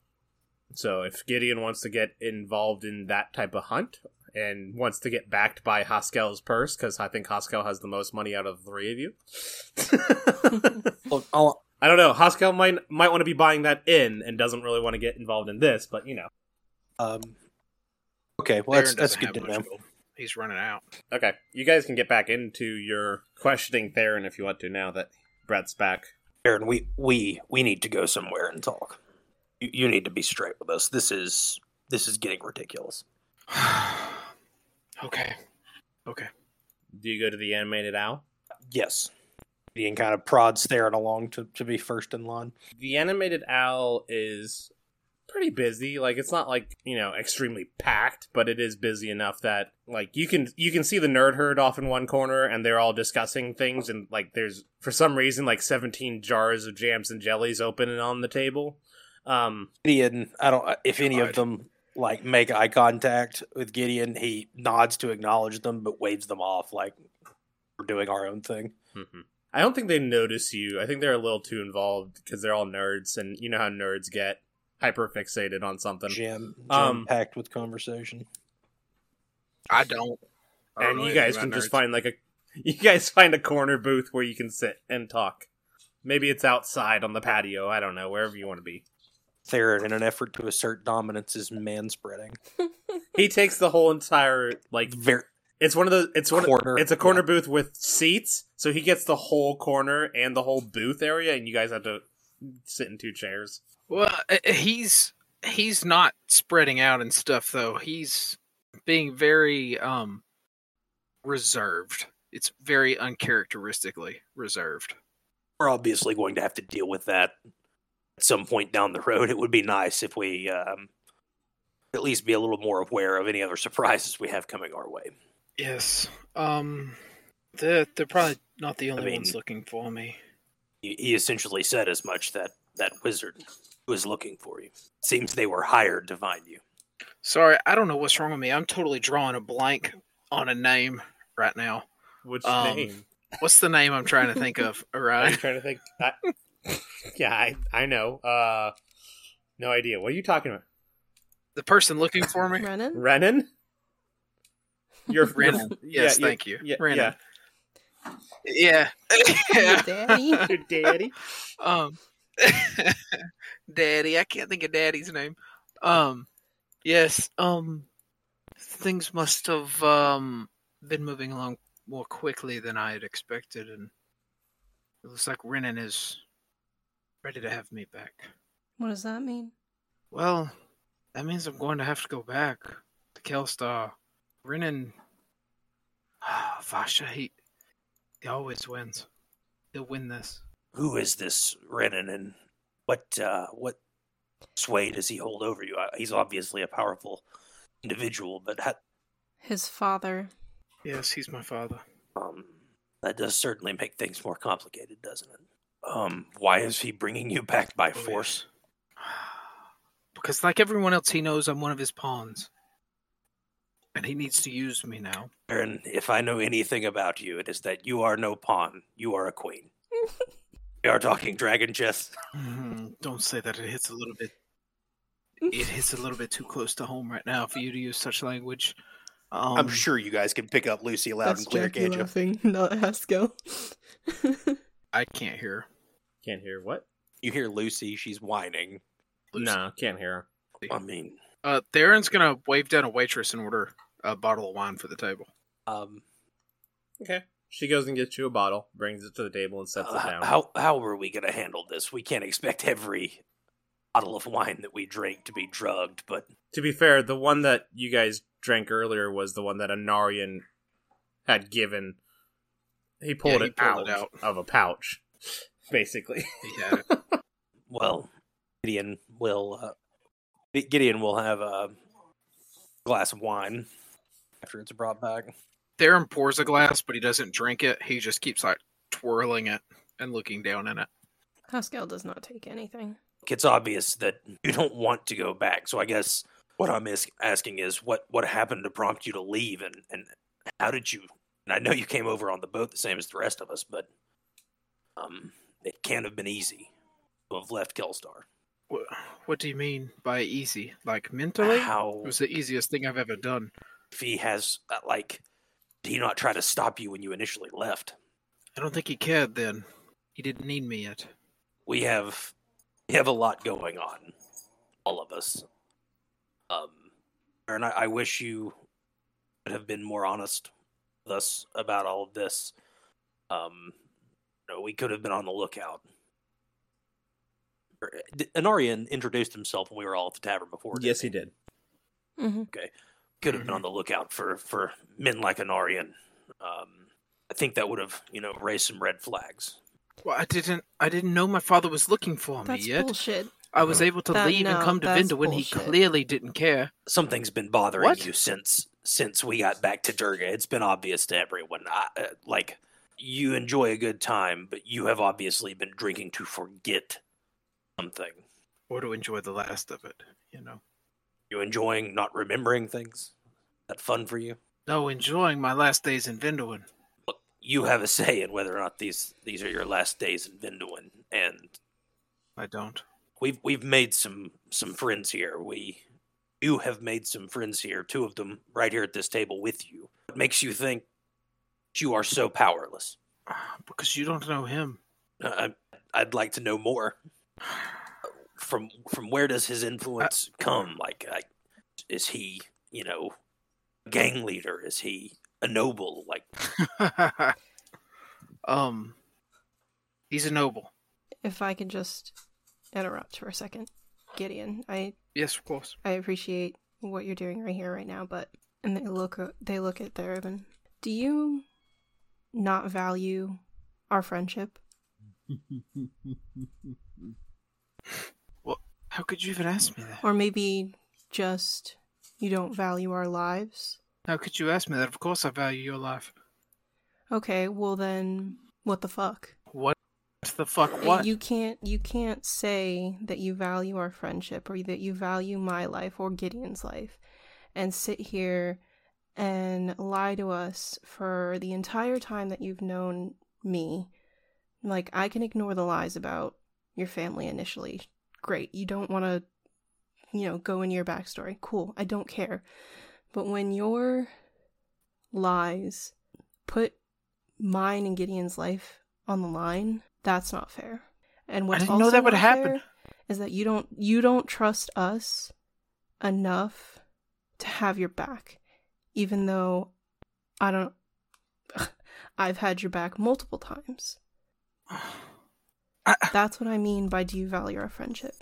B: So if Gideon wants to get involved in that type of hunt, and wants to get backed by Haskell's purse because I think Haskell has the most money out of the three of you.
D: Hmm.
C: look all,
B: I don't know. Haskell might might want to be buying that in and doesn't really want to get involved in this, but you know.
C: um okay well
D: Aaron
C: that's, that's
D: doesn't
C: good
D: have
C: to
D: much
C: know
D: gold. He's running out.
B: Okay, you guys can get back into your questioning Theron if you want to now that Brett's back.
C: Aaron, we we we need to go somewhere and talk. You, you need to be straight with us. This is this is getting ridiculous.
D: okay. Okay.
B: Do you go to the animated owl?
C: Yes, being kind of prods Theron along to to be first in line.
B: the animated owl is pretty busy like it's not like you know extremely packed but it is busy enough that like you can you can see the nerd herd off in one corner and they're all discussing things and like there's for some reason like 17 jars of jams and jellies open and on the table um
C: Gideon, I don't. If any of
D: God.
C: them like make eye contact with Gideon. He nods to acknowledge them, but waves them off like we're doing our own thing.
B: Mhm. I don't think they notice you. I think they're a little too involved because they're all nerds, and you know how nerds get hyper fixated on something.
C: Jam,
B: Um,
C: jam packed with conversation.
D: I don't. I don't
B: and
D: know
B: you
D: anything
B: guys
D: about
B: can just
D: nerds.
B: find like a you guys find a corner booth where you can sit and talk maybe it's outside on the patio i don't know wherever you want to be
C: Theron, in an effort to assert dominance, is manspreading.
B: he takes the whole entire like
C: Very
B: it's one of the it's one
C: corner.
B: of, it's a corner
C: yeah.
B: booth with seats so he gets the whole corner and the whole booth area and you guys have to sit in two chairs
D: Well, uh, uh, he's he's not spreading out and stuff though. He's being very um reserved. It's very uncharacteristically reserved.
C: We're obviously going to have to deal with that at some point down the road. It would be nice if we um, at least be a little more aware of any other surprises we have coming our way.
D: Yes. Um they're, they're probably not the only
C: mean-
D: ones looking for me.
C: He, he essentially said as much that that wizard was looking for you. Seems they were hired to find you.
D: Sorry, I don't know what's wrong with me. I'm totally drawing a blank on a name right now.
B: which
D: Um,
B: name
D: What's the name I'm trying to think of?
B: i'm
D: Orion.
B: trying to think I, yeah i i know uh no idea what are you talking about
D: The person looking for me?
A: Renan?
B: Renan? You're
D: Renan.
B: yeah,
D: Yes,
B: you-
D: thank you.
B: yeah,
D: Renan. Yeah. yeah.
A: Daddy?
B: yeah. Your daddy.
D: Um, Daddy, I can't think of Daddy's name. Um, yes. Um, things must have um been moving along more quickly than I had expected, and it looks like Renan is ready to have me back.
A: What does that mean?
D: Well, that means I'm going to have to go back to Kelstar. Renan, Vasha, he he always wins. He'll win this.
C: Who is this Renan, and what uh, what sway does he hold over you? Uh, He's obviously a powerful individual, but ha-
A: His father.
D: Yes, he's my father.
C: Um, that does certainly make things more complicated, doesn't it? Um, why is he bringing you back by
D: Oh,
C: force?
D: Because, like everyone else, he knows I'm one of his pawns. And he needs to use me now.
C: Aaron, if I know anything about you, it is that you are no pawn. You are a queen. we are talking dragon chess.
D: Mm, Don't say that. It hits a little bit. It hits a little bit too close to home right now for you to use such language. Um,
C: I'm sure you guys can pick up Lucy loud
A: That's
C: and clear,
A: Jackie
C: can't you?
A: laughing, not Haskell.
D: I can't hear.
B: Can't hear what?
C: You hear Lucy, she's whining.
B: No, can't hear.
C: I mean,
D: Uh, Theron's gonna wave down a waitress and order a bottle of wine for the table.
C: um,
B: Okay. She goes and gets you a bottle, brings it to the table, and sets
C: uh,
B: it down.
C: how how are we going to handle this? We can't expect every bottle of wine that we drink to be drugged, but
B: to be fair, the one that you guys drank earlier was the one that Anarian had given. He pulled,
D: he
B: it, out
D: pulled it out.
B: of a pouch, basically.
D: He had it.
C: well, Gideon will uh, G- Gideon will have a glass of wine after it's brought back.
D: Theron pours a glass, but he doesn't drink it. He just keeps like twirling it and looking down in it.
A: Haskell does not take anything.
C: It's obvious that you don't want to go back, so I guess what I'm is- asking is what what happened to prompt you to leave, and and how did you? And I know you came over on the boat the same as the rest of us, but um, it can't have been easy to have left Kelstar.
D: What, what do you mean by easy? Like mentally?
C: How
D: It was the easiest thing I've ever done.
C: if he has uh, like? Did he not try to stop you when you initially left?
D: I don't think he cared then. He didn't need me yet.
C: we have we have a lot going on, all of us. Um, and I, I wish you would have been more honest with us about all of this. Um, you know, we could have been on the lookout. Er, D- Anarian introduced himself when we were all at the tavern before. didn't
B: yes, he did.
A: Mm-hmm.
C: could have been on the lookout for for men like Anarian. Um, I think that would have you know raised some red flags.
D: Well, I didn't. I didn't know my father was looking for me
A: That's
D: yet.
A: bullshit.
D: I was able to
A: That-
D: leave and
A: no,
D: come to
A: that's
D: Vinda when
A: bullshit.
D: he clearly didn't care.
C: something's been bothering
D: What?
C: you since since we got back to Durga. It's been obvious to everyone. I, uh, like you enjoy a good time, but you have obviously been drinking to forget something.
D: Or to enjoy the last of it, you know.
C: You enjoying not remembering things? That fun for you?
D: No, enjoying my last days in Vindowin.
C: You have a say in whether or not these these are your last days in Vinduin, and
D: I don't.
C: we've we've made some some friends here. We you have made some friends here, two of them right here at this table with you. What makes you think you are so powerless?
D: Because you don't know him.
C: I, I'd like to know more. From from where does his influence come? Like, I, is he you know a gang leader? Is he a noble? Like,
D: um, he's a noble.
A: If I can just interrupt for a second, Gideon, I
D: Yes, of course.
A: I appreciate what you're doing right here, right now, but and they look they look at Theravin. Do you not value our friendship?
D: How could you even ask me that?
A: Or maybe just you don't value our lives?
D: How could you ask me that? Of course, I value your life.
A: Okay, well then what the fuck?
D: What the fuck? What?
A: Uh, You can't you can't say that you value our friendship or that you value my life or Gideon's life and sit here and lie to us for the entire time that you've known me. Like I can ignore the lies about your family initially. Great. You don't want to you know go into your backstory. Cool. I don't care. But when your lies put mine and Gideon's life on the line, that's not fair. And what's
D: didn't know
A: also
D: that would
A: not
D: happen.
A: fair Is that you don't you don't trust us enough to have your back, even though I don't. I've had your back multiple times. That's what I mean by do you value our friendship?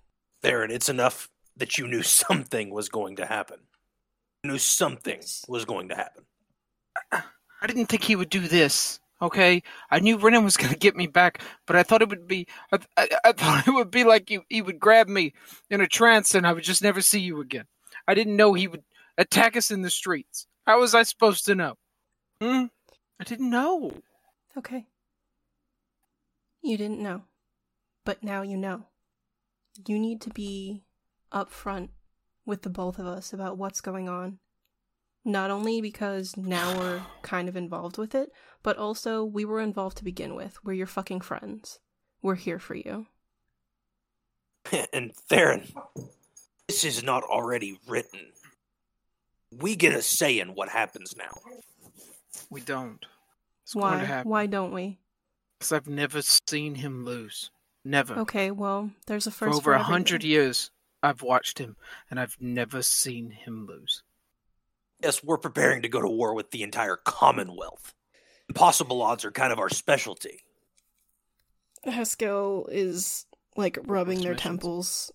C: Theron, it's enough that you knew something was going to happen. You knew something was going to happen.
D: I didn't think he would do this. Okay, I knew Renan was gonna get me back, but I thought it would be, I, th- I, I thought it would be like he, he would grab me in a trance and I would just never see you again. I didn't know he would attack us in the streets. How was I supposed to know? Hmm? I didn't know.
A: Okay. You didn't know, but now you know. You need to be upfront with the both of us about what's going on. Not only because now we're kind of involved with it, but also we were involved to begin with. We're your fucking friends. We're here for you.
C: and Theron, this is not already written. We get a say in what happens now.
D: We don't. It's going to
A: Why?
D: happen.
A: Why don't we?
D: Because I've never seen him lose. Never.
A: Okay, well, there's a
D: For
A: first
D: over a
A: everything.
D: hundred years, I've watched him, and I've never seen him lose.
C: Yes, we're preparing to go to war with the entire Commonwealth. Impossible odds are kind of our specialty.
A: Haskell is like rubbing their
D: Expressions.
A: temples.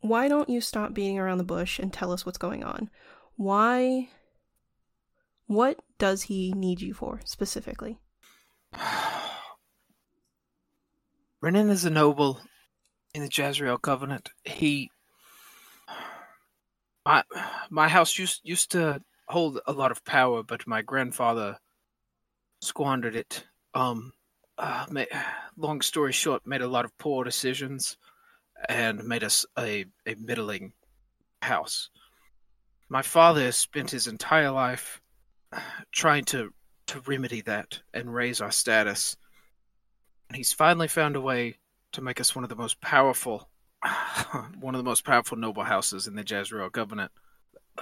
A: Why don't you stop beating around the bush and tell us what's going on? Why? What does he need you for specifically?
D: Renan is a noble in the Jazreel Covenant. He, my my house used used to hold a lot of power, but my grandfather squandered it. Um, uh, ma- long story short, made a lot of poor decisions, and made us a a middling house. My father spent his entire life trying to to remedy that and raise our status and he's finally found a way to make us one of the most powerful, one of the most powerful noble houses in the Jezreel Covenant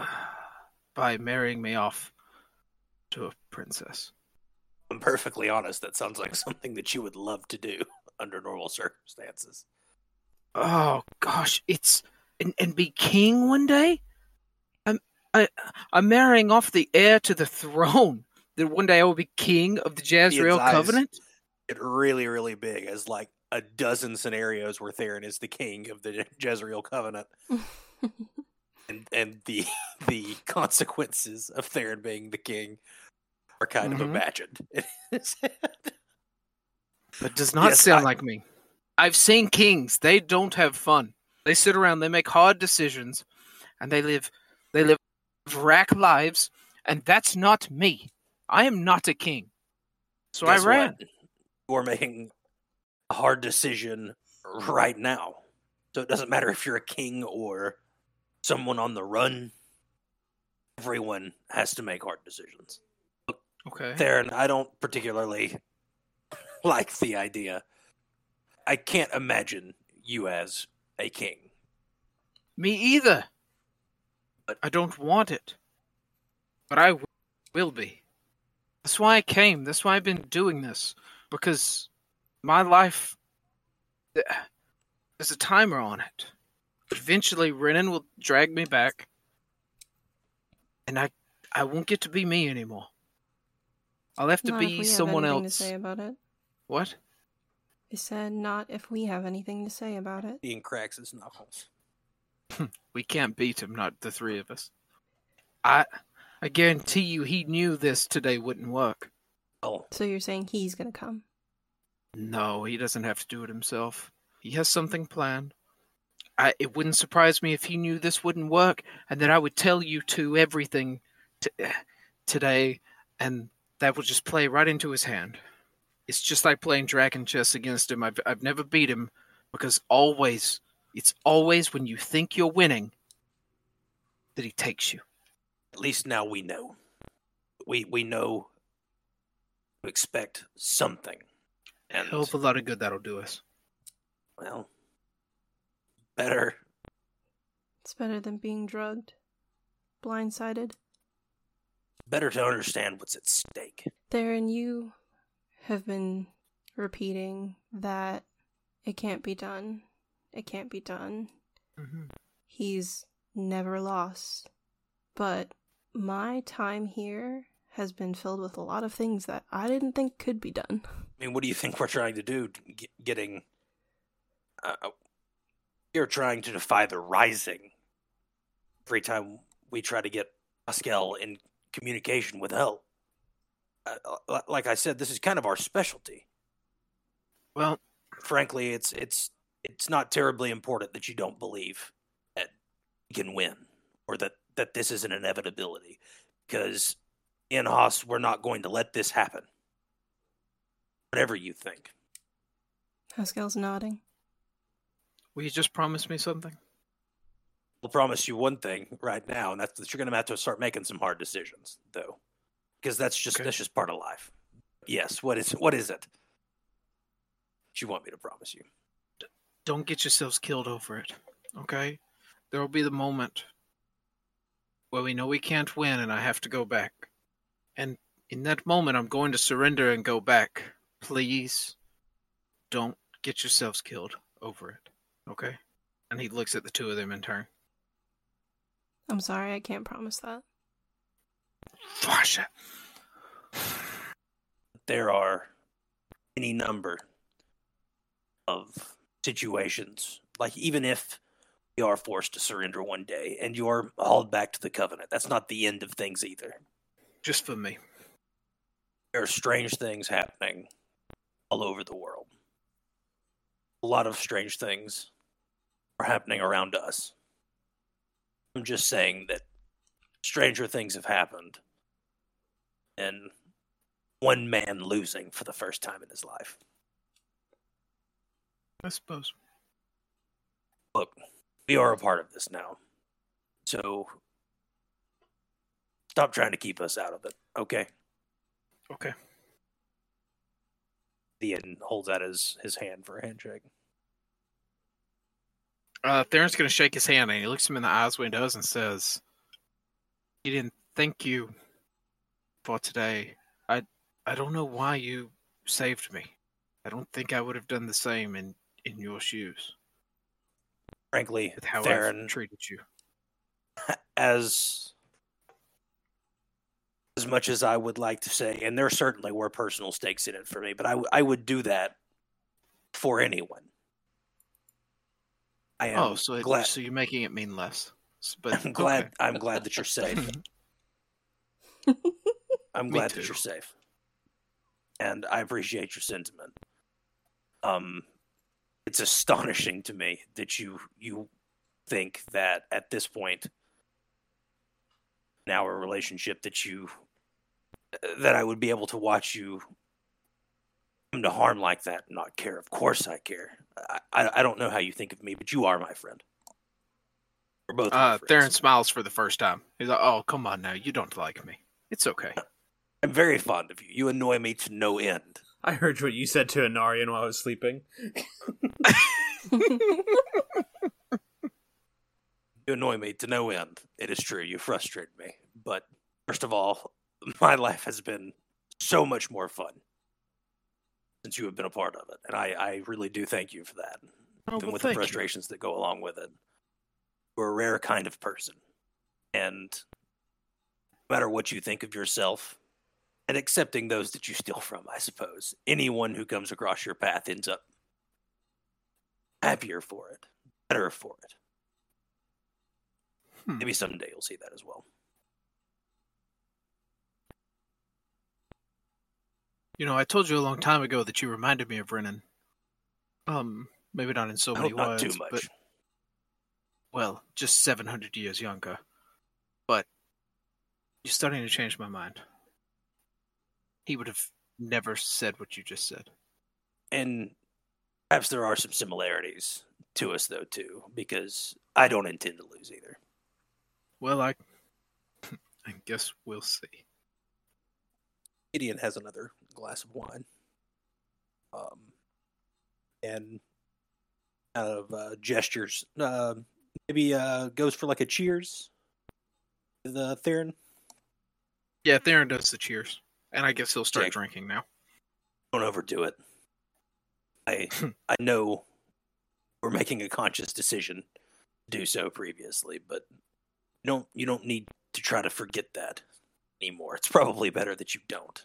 D: by marrying me off to a princess.
C: I'm perfectly honest, that sounds like something that you would love to do under normal circumstances.
D: Oh gosh, it's and, and be king one day. I'm I, I'm marrying off the heir to the throne. That one day I will be king of the Jezreel
C: eyes.
D: Covenant.
C: It really, really big as like a dozen scenarios where Theron is the king of the Jezreel Covenant. and and the the consequences of Theron being the king are kind
D: Mhm.
C: of imagined.
D: That does not
C: Yes,
D: sound
C: I-
D: like me. I've seen kings. They don't have fun. They sit around, they make hard decisions, and they live they live rack lives, and that's not me. I am not a king. So
C: Guess
D: I
C: what?
D: ran.
C: You're making a hard decision right now, so it doesn't matter if you're a king or someone on the run, everyone has to make hard decisions.
D: Okay.
C: Theron, I don't particularly like the idea. I can't imagine you as a king.
D: Me either. But I don't want it. But I w- will be. That's why I came. That's why I've been doing this. Because my life. th- There's a timer on it. Eventually, Renan will drag me back. And I, I won't get to be me anymore. I'll have to
A: Not if we
D: be
A: have
D: someone
A: anything
D: else.
A: To say about it.
D: What?
A: I said not if we have anything to say about it.
C: Ian cracks his knuckles.
D: We can't beat him, not the three of us. I I guarantee you he knew this today wouldn't work.
C: Oh,
A: So you're saying he's gonna come?
D: No, he doesn't have to do it himself. He has something planned. I, it wouldn't surprise me if he knew this wouldn't work and that I would tell you to everything t- today and that would just play right into his hand. It's just like playing dragon chess against him. I've, I've never beat him because always, it's always when you think you're winning that he takes you.
C: at least now we know. We we know to expect something. And
D: Hell of a lot of good that'll do us.
C: well, better
A: It's better than being drugged, blindsided.
C: better to understand what's at stake.
A: Theron, you have been repeating that it can't be done. It can't be done.
D: Mm-hmm.
A: He's never lost. But my time here has been filled with a lot of things that I didn't think could be done.
C: I mean, what do you think we're trying to do? G- getting. Uh, uh, we are trying to defy the rising every time we try to get Pascal in communication with Hell. Uh, uh, li- like I said, this is kind of our specialty.
D: Well,
C: Frankly, it's it's it's not terribly important that you don't believe that you can win or that that this is an inevitability because in Haas we're not going to let this happen. Whatever you think.
A: Haskell's nodding.
D: will you just promise me something?
C: I'll promise you one thing right now, and that's that you're going to have to start making some hard decisions, though, because that's just
D: Okay.
C: that's just part of life. Yes, what is what is it? That you want me to promise you?
D: Don't get yourselves killed over it, okay? There will be the moment where we know we can't win and I have to go back. And in that moment, I'm going to surrender and go back. Please don't get yourselves killed over it, okay? And he looks at the two of them in turn.
A: I'm sorry, I can't promise that.
D: Fasha!
C: There are any number of situations, like even if we are forced to surrender one day and you are hauled back to the covenant, that's not the end of things either.
D: Just for me.
C: there are strange things happening all over the world. A lot of strange things are happening around us. I'm just saying that stranger things have happened and one man losing for the first time in his life.
D: I suppose.
C: Look, we are a part of this now. So stop trying to keep us out of it, okay?
D: Okay.
C: Ian holds out his, his hand for a handshake.
D: Uh, Theron's gonna shake his hand and he looks him in the eyes when he does and says, "He didn't thank you for today. I I don't know why you saved me. I don't think I would have done the same in in your shoes
C: Frankly,
D: with how I
C: Theron,
D: treated you.
C: as as much as I would like to say, and there certainly were personal stakes in it for me, but I, w- I would do that for anyone. I am
D: oh, so it,
C: glad.
D: so you're making it mean less. S- But
C: I'm glad.
D: okay.
C: I'm glad that you're safe. I'm
D: Me
C: glad
D: too.
C: that you're safe, and I appreciate your sentiment. Um, it's astonishing to me that you you think that at this point in our relationship that you that I would be able to watch you come to harm like that and not care. Of course, I care. I I, I don't know how you think of me, but you are my friend. We're both
D: Uh,
C: freaks.
D: Theron smiles for the first time. He's like, "Oh, come on now, you don't like me. It's okay."
C: I'm very fond of you. You annoy me to no end.
B: I heard what you said to Anarian while I was sleeping.
C: You annoy me to no end. It is true. You frustrate me. But first of all, my life has been so much more fun since you have been a part of it. And I, I really do thank you for that.
D: Oh,
C: even
D: well,
C: with the
D: thank you.
C: frustrations that go along with it. You're a rare kind of person. And no matter what you think of yourself, and accepting those that you steal from, I suppose, anyone who comes across your path ends up happier for it, better for it.
D: Hmm.
C: Maybe someday you'll see that as well.
D: You know, I told you a long time ago that you reminded me of Renan. Um, maybe not in so
C: I
D: many
C: hope Oh, not
D: words,
C: too much.
D: but well, just 700 years younger. But you're starting to change my mind. He would have never said what you just said.
C: and perhaps there are some similarities to us though too because i don't intend to lose either
D: Well, I I guess we'll see.
C: gideon has another glass of wine um, and out of uh, gestures uh, maybe uh, goes for like a cheers with uh, theron
D: Yeah, Theron does the cheers, and I guess he'll start
C: Jake.
D: drinking now.
C: don't overdo it i i know we're making a conscious decision to do so previously but you don't you don't need to try to forget that anymore it's probably better that you don't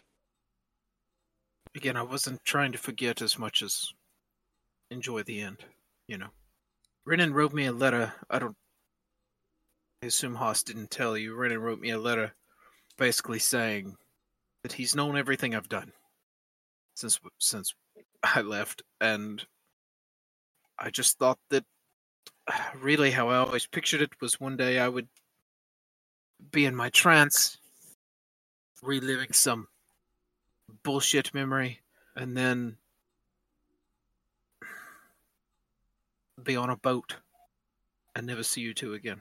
D: Again, I wasn't trying to forget as much as enjoy the end, you know. Renan wrote me a letter. I don't. I assume Haas didn't tell you. Renan wrote me a letter basically saying that he's known everything I've done since since I left, and I just thought that really how I always pictured it was one day I would be in my trance, reliving some bullshit memory and then be on a boat and never see you two again.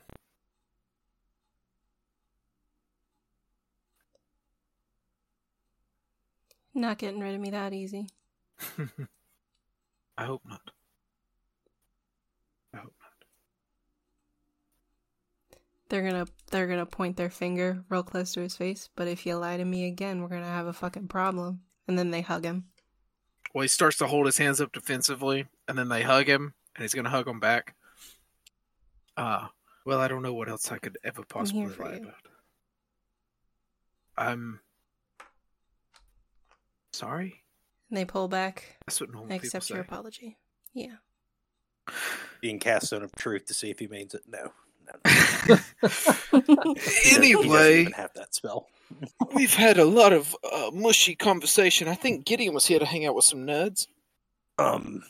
A: Not getting rid of me that easy.
D: I hope not. I hope not.
A: They're gonna they're gonna point their finger real close to his face. But if you lie to me again, we're gonna have a fucking problem. And then they hug him.
D: Well, he starts to hold his hands up defensively and then they hug him and he's going to hug him back. Ah, well, I don't know what else I could ever possibly
A: for
D: lie
A: you.
D: about. I'm sorry.
A: And they pull back.
D: That's what normal
A: I
D: people
A: accept
D: say.
A: your apology. Yeah.
C: being cast zone of truth to see if he means it no no, no.
A: Mm-hmm.
C: He doesn't- he doesn't
D: anyway,
C: even have that spell
D: we've had a lot of uh, mushy conversation. I think Gideon was here to hang out with some nerds.
C: um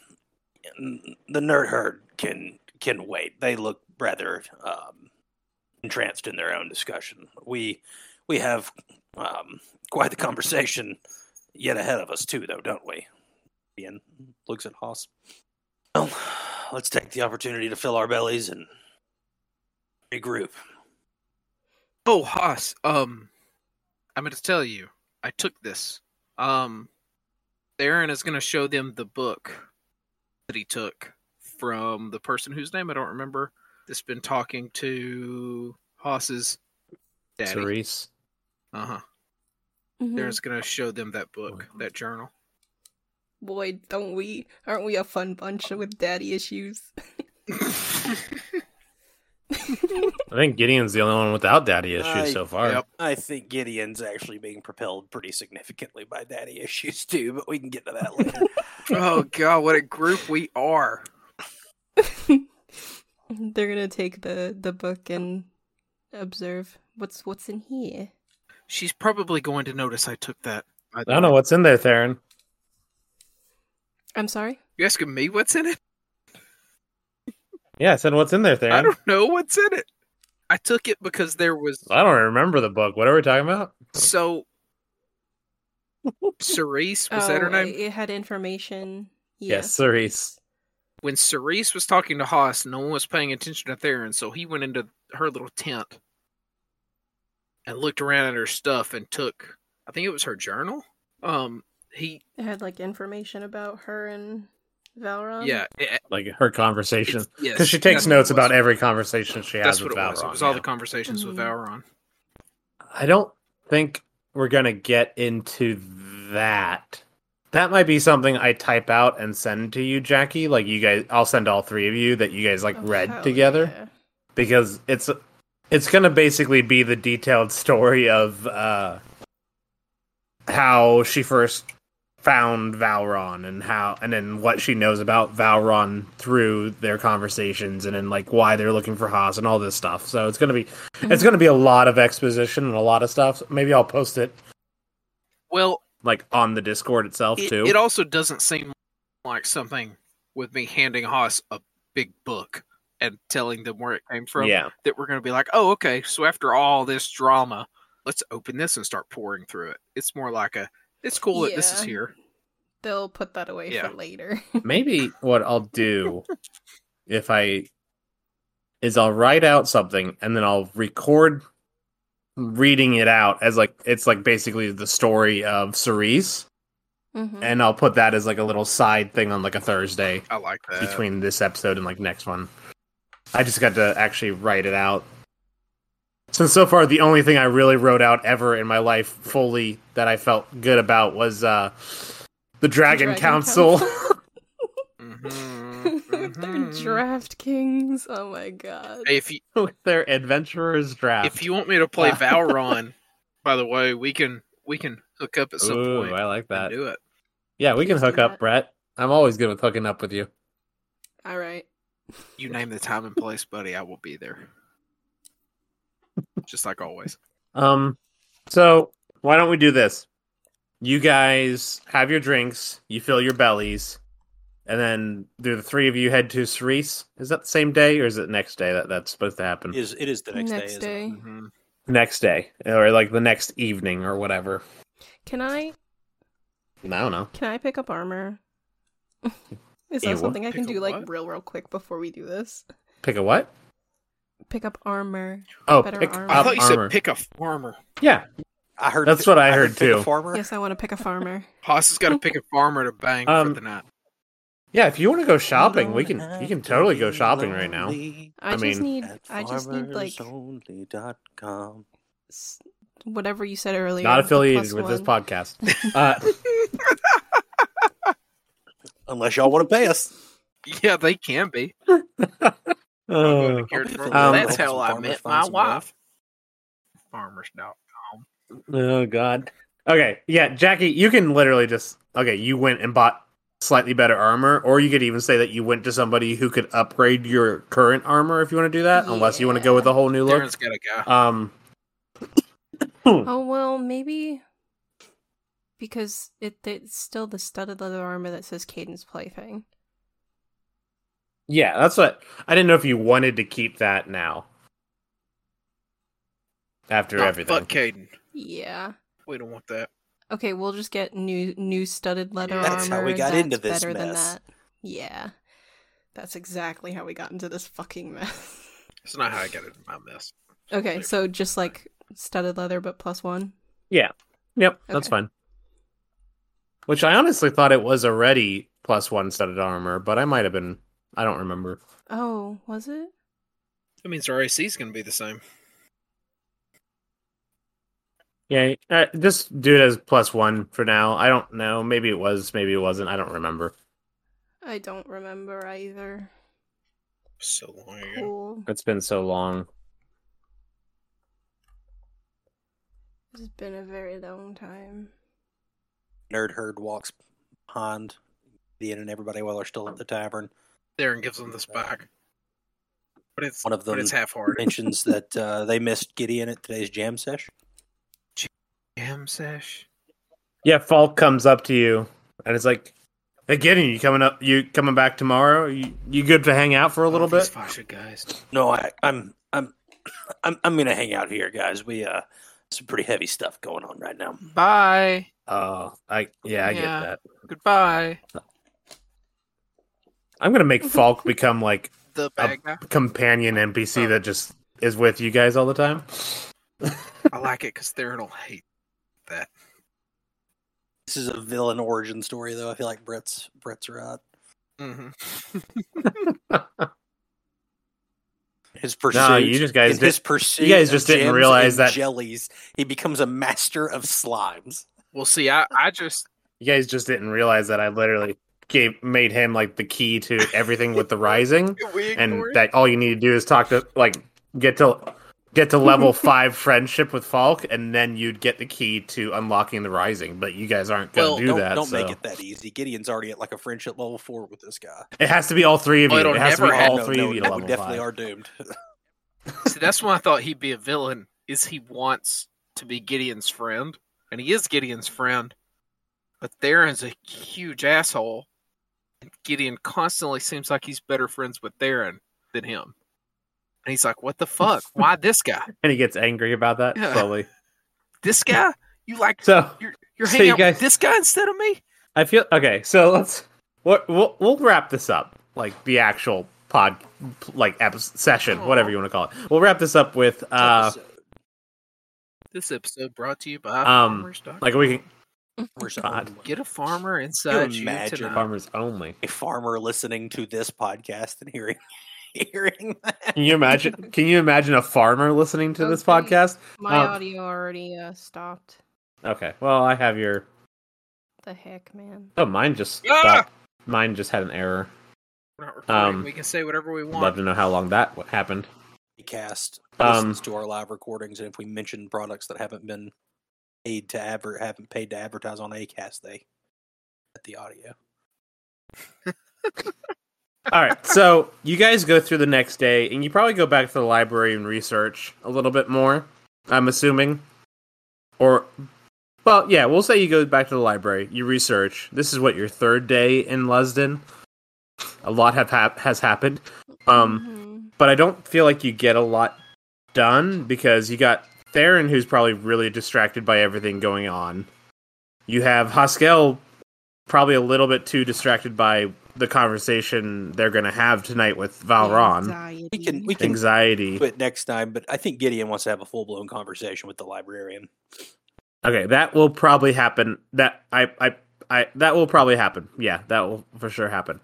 C: n- the nerd herd can can wait they look rather um entranced in their own discussion we we have um quite the conversation yet ahead of us too though don't we ian looks at haas well let's take the opportunity to fill our bellies and regroup
D: Oh, Haas, um, I'm going to tell you, I took this. Um, Aaron is going to show them the book that he took from the person whose name I don't remember that's been talking to Haas's daddy.
B: Therese.
D: Uh huh.
A: Mhm.
D: Aaron's going to show them that book, that journal.
A: Boy, don't we? Aren't we a fun bunch with daddy issues?
B: I think Gideon's the only one without daddy issues
C: I-
B: so far.
D: Yep.
C: I think Gideon's actually being propelled pretty significantly by daddy issues too, but we can get to that later.
D: oh, God, what a group we are.
A: They're gonna take the the book and observe what's what's in here.
D: She's probably going to notice I took that.
B: I don't know what's in there, Theron.
A: I'm sorry.
D: You asking me what's in it?
B: Yeah, I said what's in there, Theron.
D: I don't know what's in it. I took it because there was
B: remember the book. What are we talking about?
D: so. Cerise was that her
A: Oh,
D: name?
A: It had information. Yeah.
B: Yes, Cerise.
D: when Cerise was talking to Haas, no one was paying attention to Theron, so he went into her little tent and looked around at her stuff and took, I think it was her journal. Um, he,
A: It had like information about her and Valron.
D: yeah, it-
B: Like her conversations.
D: it's- yes,
B: Because she takes
D: that's
B: notes
D: what it was.
B: about every conversation she has
D: That's
B: with
D: what it was. It
B: Valron,
D: was all
B: yeah.
D: the conversations with
A: Mhm.
D: Valron.
B: I don't think we're gonna get into that. That might be something I type out and send to you, Jackie. Like you guys, I'll send all three of you that you guys like
A: Oh,
B: read
A: hell
B: together
A: yeah.
B: because it's it's gonna basically be the detailed story of uh, how she first found Valron and how and then what she knows about Valron through their conversations and then like why they're looking for Haas and all this stuff. So it's gonna be it's going to be a lot of exposition and a lot of stuff. Maybe I'll post it
D: Well,
B: like on the Discord itself
D: it,
B: too.
D: it also doesn't seem like something with me handing Haas a big book and telling them where it came from
B: yeah,
D: that we're going to be like, oh, okay, so after all this drama, let's open this and start pouring through it. It's more like a, it's cool that this is
A: Yeah.
D: here.
A: They'll put that away
D: Yeah.
A: for later.
B: maybe what I'll do if I is I'll write out something and then I'll record reading it out as like it's like basically the story of Cerise,
A: Mhm.
B: and I'll put that as like a little side thing on like a Thursday
D: I like that.
B: between this episode and like next one. I just got to actually write it out. Since so far the only thing I really wrote out ever in my life fully that I felt good about was uh the Dragon,
A: Dragon
B: Council.
D: Mhm,
A: They're
D: mhm.
A: draft kings. Oh my god.
D: if you
B: with their adventurers draft.
D: if you want me to play
B: Uh.
D: Valron, by the way, we can we can hook up at some
B: Ooh,
D: point.
B: I like
D: and
B: that.
D: do it.
B: Yeah, we can
A: Please do
B: hook up,
A: that.
B: Brett. I'm always good with hooking up with you.
A: All right.
D: You name the time and place, buddy. I will be there. Just like always.
B: Um, so why don't we do this? You guys have your drinks, you fill your bellies, and then do the three of you head to Cerise? Is that the same day or is it next day that that's supposed to happen?
C: It is it is the next,
A: Next
C: day. isn't it?
A: day.
D: Mhm.
B: Next day, or like the next evening or whatever.
A: Can I
B: I don't know.
A: can I pick up armor? Is that
B: Yeah, what?
A: something I can
D: Pick up
A: do like
D: what?
A: real real quick before we do this?
B: Pick a what?
A: Pick up armor.
B: Oh,
A: Better
B: pick
A: armor.
B: up
D: I thought you
B: armor.
D: said pick a farmer.
B: yeah,
C: I heard
B: That's what I heard,
C: pick a
B: too.
C: Farmer.
A: Yes, I want to pick a farmer.
D: Haas has got to pick a farmer to bang
B: Um,
D: for the night.
B: yeah. If you want to go shopping, we can. You can totally go shopping right now.
A: I,
B: I
A: just
B: mean-
A: need I just need like
C: farmersonly.com.
A: s- whatever you said earlier.
B: Not
A: the
B: affiliated
A: plus
B: with this
A: one.
B: podcast. Uh,
C: Unless y'all want to pay us.
D: Yeah, they can be. I'm going to
B: oh,
D: Carrot Farm.
B: Um,
D: That's how I
C: Farmers
D: met
C: find
D: my
C: some love.
D: wife. Farmers dog.
B: oh God. Okay. Yeah, Jackie, you can literally just okay. You went and bought slightly better armor, or you could even say that you went to somebody who could upgrade your current armor if you want to do that. Unless you want to go with a whole new look.
D: Darren's got a guy.
B: Um.
A: Oh well, maybe because it it's still the studded leather armor that says Cadence Plaything.
B: Yeah, that's what I didn't know if you wanted to keep that now. After
D: Not
B: everything.
D: Ah, Fuck Caden.
A: Yeah.
D: We don't want that.
A: Okay, we'll just get new new studded leather
D: That's
A: armor.
D: how we
C: got
A: That's
C: into this
A: better than
C: mess.
A: that. Yeah. That's exactly how we got into this fucking mess.
D: That's not how I got into my mess.
A: okay, so just like studded leather but plus 1.
B: Yep, that's
A: Okay.
B: fine. Which I honestly thought it was already plus one studded armor, but I might have been. I don't remember.
A: Oh, was it?
D: That means our AC is going to be the same.
B: Yeah, uh, just do it as plus one for now. I don't know. Maybe it was. Maybe it wasn't. I don't remember.
A: I don't remember either.
D: So long ago.
A: Cool.
B: It's been so long.
A: It's been a very long time.
C: Nerd herd walks behind Ian and everybody while they're still at the tavern.
D: Darren gives him this back. But it's,
C: One of
D: but
C: them
D: it's half hearted.
C: mentions that uh, they missed Gideon at today's jam session.
D: Jam sesh.
B: Yeah, Falk comes up to you and it's like, "Hey, Gideon, you coming up? You coming back tomorrow? You, you good to hang out for a little bit?"
D: Fascia guys.
C: No, I, I'm, I'm, I'm, I'm gonna hang out here, guys. We uh, some pretty heavy stuff going on right now.
D: Bye.
B: Oh, I yeah, I
D: Yeah.
B: get that.
D: Goodbye.
B: I'm gonna make Falk become like
D: The
B: Uh,
D: bad guy.
B: companion NPC that just is with you guys all the time.
D: I like it because Theron will hate that.
C: This is a villain origin story, though. I feel like Brett's Brett's uh, right.
D: hmm
C: His pursuit.
B: No, you just guys
C: in his
B: did.
C: pursuit.
B: guys
C: of
B: just didn't
C: gems
B: realize
C: and
B: that-
C: jellies. He becomes a master of slimes.
D: Well, see, I, I just
B: You guys just didn't realize that I literally gave made him like the key to everything with the rising,
D: we
B: and
D: ignored
B: that all you need to do is talk to like get to get to level five friendship with Falk, and then you'd get the key to unlocking the rising. But you guys aren't gonna
D: Well,
B: do
C: don't
B: that.
C: don't
B: so-
C: make it that easy. Gideon's already at like a friendship level four with this guy.
B: It has to be all three of you.
D: Well, it'll
B: It has to be
D: never
B: all
D: happen.
B: three
C: no,
B: of you
C: no,
B: to
C: we
B: level
C: definitely
B: five.
C: are doomed.
D: See, that's why I thought he'd be a villain. Is he wants to be Gideon's friend, and he is Gideon's friend, but Theron's a huge asshole. And Gideon constantly seems like he's better friends with Theron than him. And he's like, "What the fuck? Why this guy?
B: and he gets angry about that
D: Yeah.
B: slowly.
D: This guy? You like
B: So
D: you're you're
B: So
D: hanging
B: you
D: out
B: guys-
D: with this guy instead of me?
B: I feel okay. So let's what we'll, we'll wrap this up, like the actual pod, like ep- session, whatever you want to call it. We'll wrap this up with uh,
D: This episode brought to you by
B: Um,
D: Farmers Doc.
B: like we can
C: We're so-
B: God.
D: Get a farmer inside you,
C: imagine?
D: tonight.
B: farmers only.
C: a farmer listening to this podcast and hearing hearing that.
B: Can you imagine? Can you imagine a farmer listening to this
A: Okay.
B: podcast?
A: My
B: Um,
A: audio already uh, stopped.
B: Okay. Well, I have your.
A: The heck, man.
B: Oh, mine just
D: Ah!
B: stopped. Mine just had an error.
D: We're not recording.
B: Um,
D: we can say whatever we want.
B: Love to know how long that wa- happened.
C: We cast
B: Um,
C: listens to our live recordings, and if we mention products that haven't been paid to adver- haven't paid to advertise on Acast, they get the audio.
B: All right. So you guys go through the next day, and you probably go back to the library and research a little bit more. I'm assuming, or well, yeah, we'll say you go back to the library. You research. This is what your third day in Lusden. A lot have hap- has happened, um,
A: Mm-hmm.
B: but I don't feel like you get a lot done because you got Theron, who's probably really distracted by everything going on. You have Haskell, probably a little bit too distracted by the conversation they're going to have tonight with Valron.
A: Anxiety.
C: We can we can
B: Anxiety.
C: do it next time, but I think Gideon wants to have a full blown conversation with the librarian.
B: Okay, that will probably happen. That I I I that will probably happen. Yeah, that will for sure happen.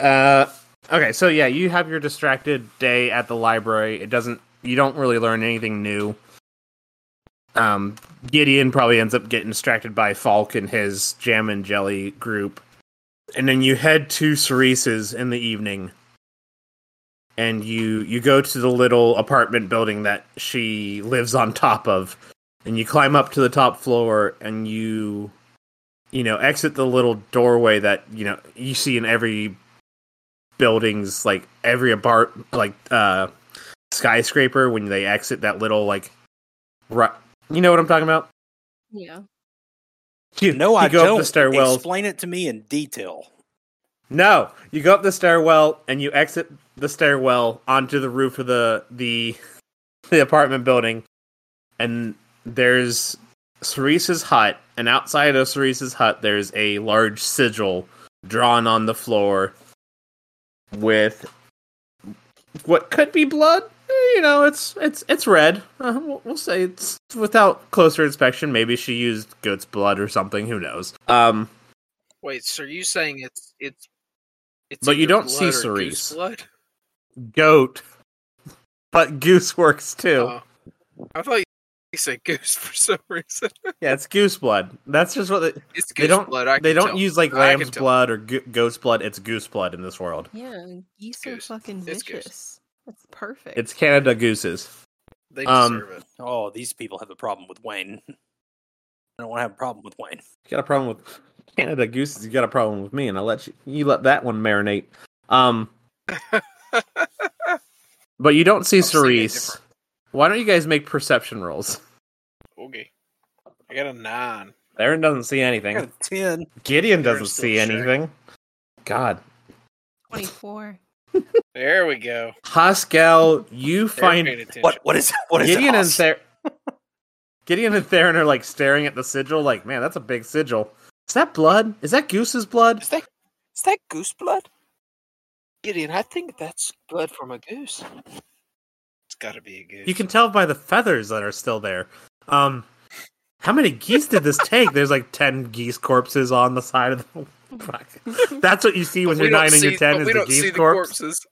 B: Uh okay, so yeah, you have your distracted day at the library. It doesn't you don't really learn anything new. Um Gideon probably ends up getting distracted by Falk and his jam and jelly group. And then you head to Cerise's in the evening. And you you go to the little apartment building that she lives on top of and you climb up to the top floor and you you know exit the little doorway that you know you see in every building's like every apart like uh skyscraper when they exit that little like ru- you know what i'm talking about
A: Yeah.
B: you,
C: No,
B: you
C: I
B: go
C: don't.
B: up the stairwell
C: Explain it to me in detail.
B: no you go up the stairwell and you exit the stairwell onto the roof of the the the apartment building and there's Cerise's hut, and outside of Cerise's hut, there's a large sigil drawn on the floor with what could be blood. Eh, You know, it's it's it's red. Uh, we'll, we'll say it's without closer inspection. Maybe she used goat's blood or something. Who knows? Um,
D: Wait, so are you saying it's it's it's
B: But you
D: either
B: don't see
D: blood or goose
B: Cerise.
D: Blood?
B: goat, but goose works too.
D: Oh. I thought you said goose for some reason.
B: Yeah, it's goose blood. That's just what they,
D: It's goose
B: they don't.
D: blood. I
B: they
D: can
B: don't
D: tell.
B: use like
D: I
B: lamb's
D: can tell.
B: blood or go- goat's blood. It's goose blood in this world.
A: Yeah. Geese are
D: Goose.
A: fucking
D: It's goose.
A: vicious. That's perfect.
B: It's Canada gooses.
D: They
B: um,
D: deserve it.
C: Oh, these people have a problem with Wayne. I don't want to have a problem with Wayne.
B: You got a problem with Canada Gooses. You got a problem with me, and I let you you let that one marinate. Um, but you don't see
D: I'm seeing it
B: Cerise.
D: different.
B: Why don't you guys make perception rolls?
D: Okay, I got a nine.
B: Aaron doesn't see
C: I got a
B: anything.
C: ten.
B: Gideon doesn't
C: Aaron's still
B: see
C: shaking.
B: anything. God,
A: 24.
D: There we go.
B: Haskell, you
D: They're paying
B: find
D: attention.
C: What? What is? What is?
B: Gideon and
C: us?
B: Ther- Gideon and Theron are like staring at the sigil, like, man, that's a big sigil. Is that blood? Is that Goose's blood?
D: is that? Is that goose blood? Gideon, I think that's blood from a goose. It's got to be a goose.
B: You can tell by the feathers that are still there. Um, how many geese did this take? There's like ten geese corpses on the side of the. Fuck. That's what you see when
D: We
B: you're
D: don't
B: nine and you're
D: see-
B: ten
D: but
B: is
D: we
B: the
D: don't see
B: geese
D: the
B: corpse.
D: corpses.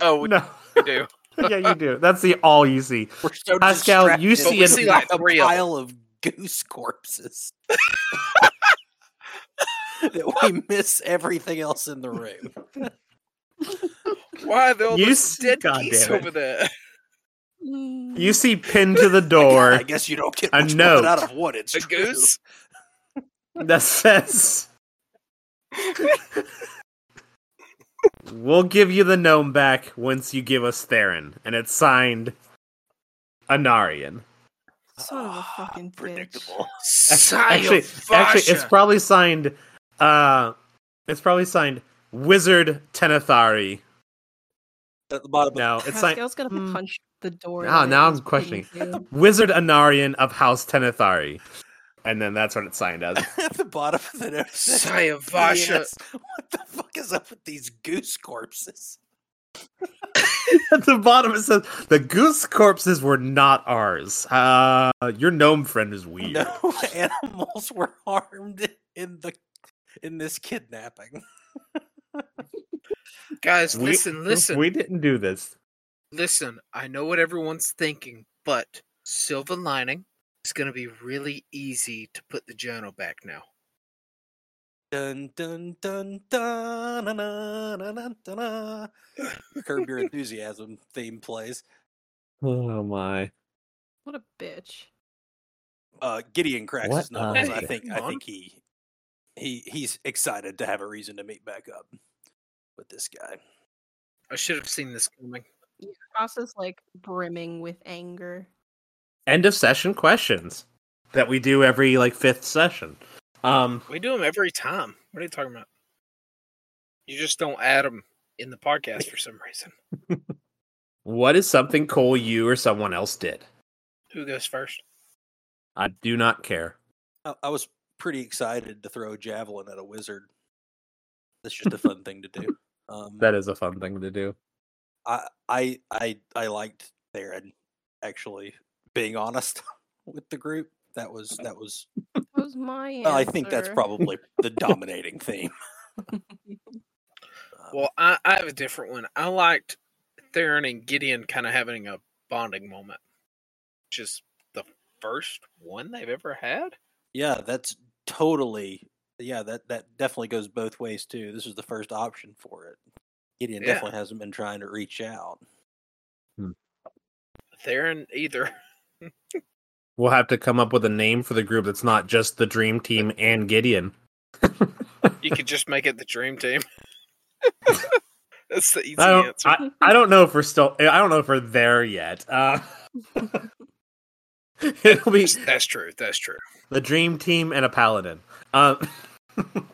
D: Oh, we
B: No,
D: do.
B: yeah, you do. That's the all you see.
C: We're so
B: Pascal, you
C: distracted
B: see
C: by
B: an-
D: See, like,
C: a
D: three of them.
C: pile of goose corpses that we miss everything else in the room.
D: Why are there all
B: You
D: those
B: see-
D: dead
B: God
D: geese
B: damn it.
D: over there?
B: You see pinned to
D: Oh
B: the door.
C: I guess you don't get
B: a
C: much
B: note.
C: note out of wood. It's
D: A
C: true.
D: goose?
B: that says We'll give you the gnome back once you give us Theron. And it's signed Anarian.
A: Son of a
C: Ah,
A: fucking bitch.
D: Predictable.
B: Actually, actually it's probably signed uh it's probably signed Wizard Tenethari.
C: At the bottom.
B: No, it's signed
A: Pascal's gonna
B: Mm.
A: punch the door.
B: Ah,
A: that
B: now I'm
A: he's
B: questioning.
A: getting to.
B: Wizard Anarian of House Tenethari. And then that's what it's signed as.
C: Of, at the bottom of the note. it says,
D: Sayavasha.
C: "P.S. What the fuck is up with these goose corpses?
B: At the bottom it says the goose corpses were not ours. Uh your gnome friend is weird.
C: No animals were harmed in the in this kidnapping.
D: Guys,
B: We-
D: listen, listen,
B: We didn't do this.
D: listen. I know what everyone's thinking, but silver lining is going to be really easy to put the journal back now.
C: Dun dun dun dun dun dun dun dun. dun. Curb Your Enthusiasm theme plays.
B: Oh my.
A: What a bitch.
C: Uh, Gideon cracks
B: What
C: his knuckles.
B: a-
C: I think. I
D: Come
C: think he he he's excited to have a reason to meet back up with this guy.
D: I should have seen this coming.
A: Ross is like brimming with anger.
B: End of session questions that we do every like fifth session. Um
D: We do them every time. What are you talking about? You just don't add them in the podcast for some reason.
B: what is something Cole you or someone else did?
D: Who goes first?
B: I do not care.
C: I, I was pretty excited to throw a javelin at a wizard. That's just a fun thing to do. Um,
B: That is a fun thing to do.
C: I I I I liked Theron actually being honest with the group. That was that was
A: That was my
C: well, I think that's
A: answer.
C: probably the dominating theme. Um,
D: Well, I, I have a different one. I liked Theron and Gideon kind of having a bonding moment, which is the first one they've ever had.
C: yeah, that's totally yeah, that that definitely goes both ways too. This is the first option for it. Gideon
D: Yeah.
C: definitely hasn't been trying to reach out.
D: Theron either.
B: We'll have to come up with a name for the group that's not just the Dream Team and Gideon.
D: You could just make it the dream team. That's the easy
B: I don't.
D: answer.
B: I, I don't know if we're still. I don't know if we're there yet. Uh, it'll be
D: That's true. That's true.
B: the Dream Team and a Paladin. Um,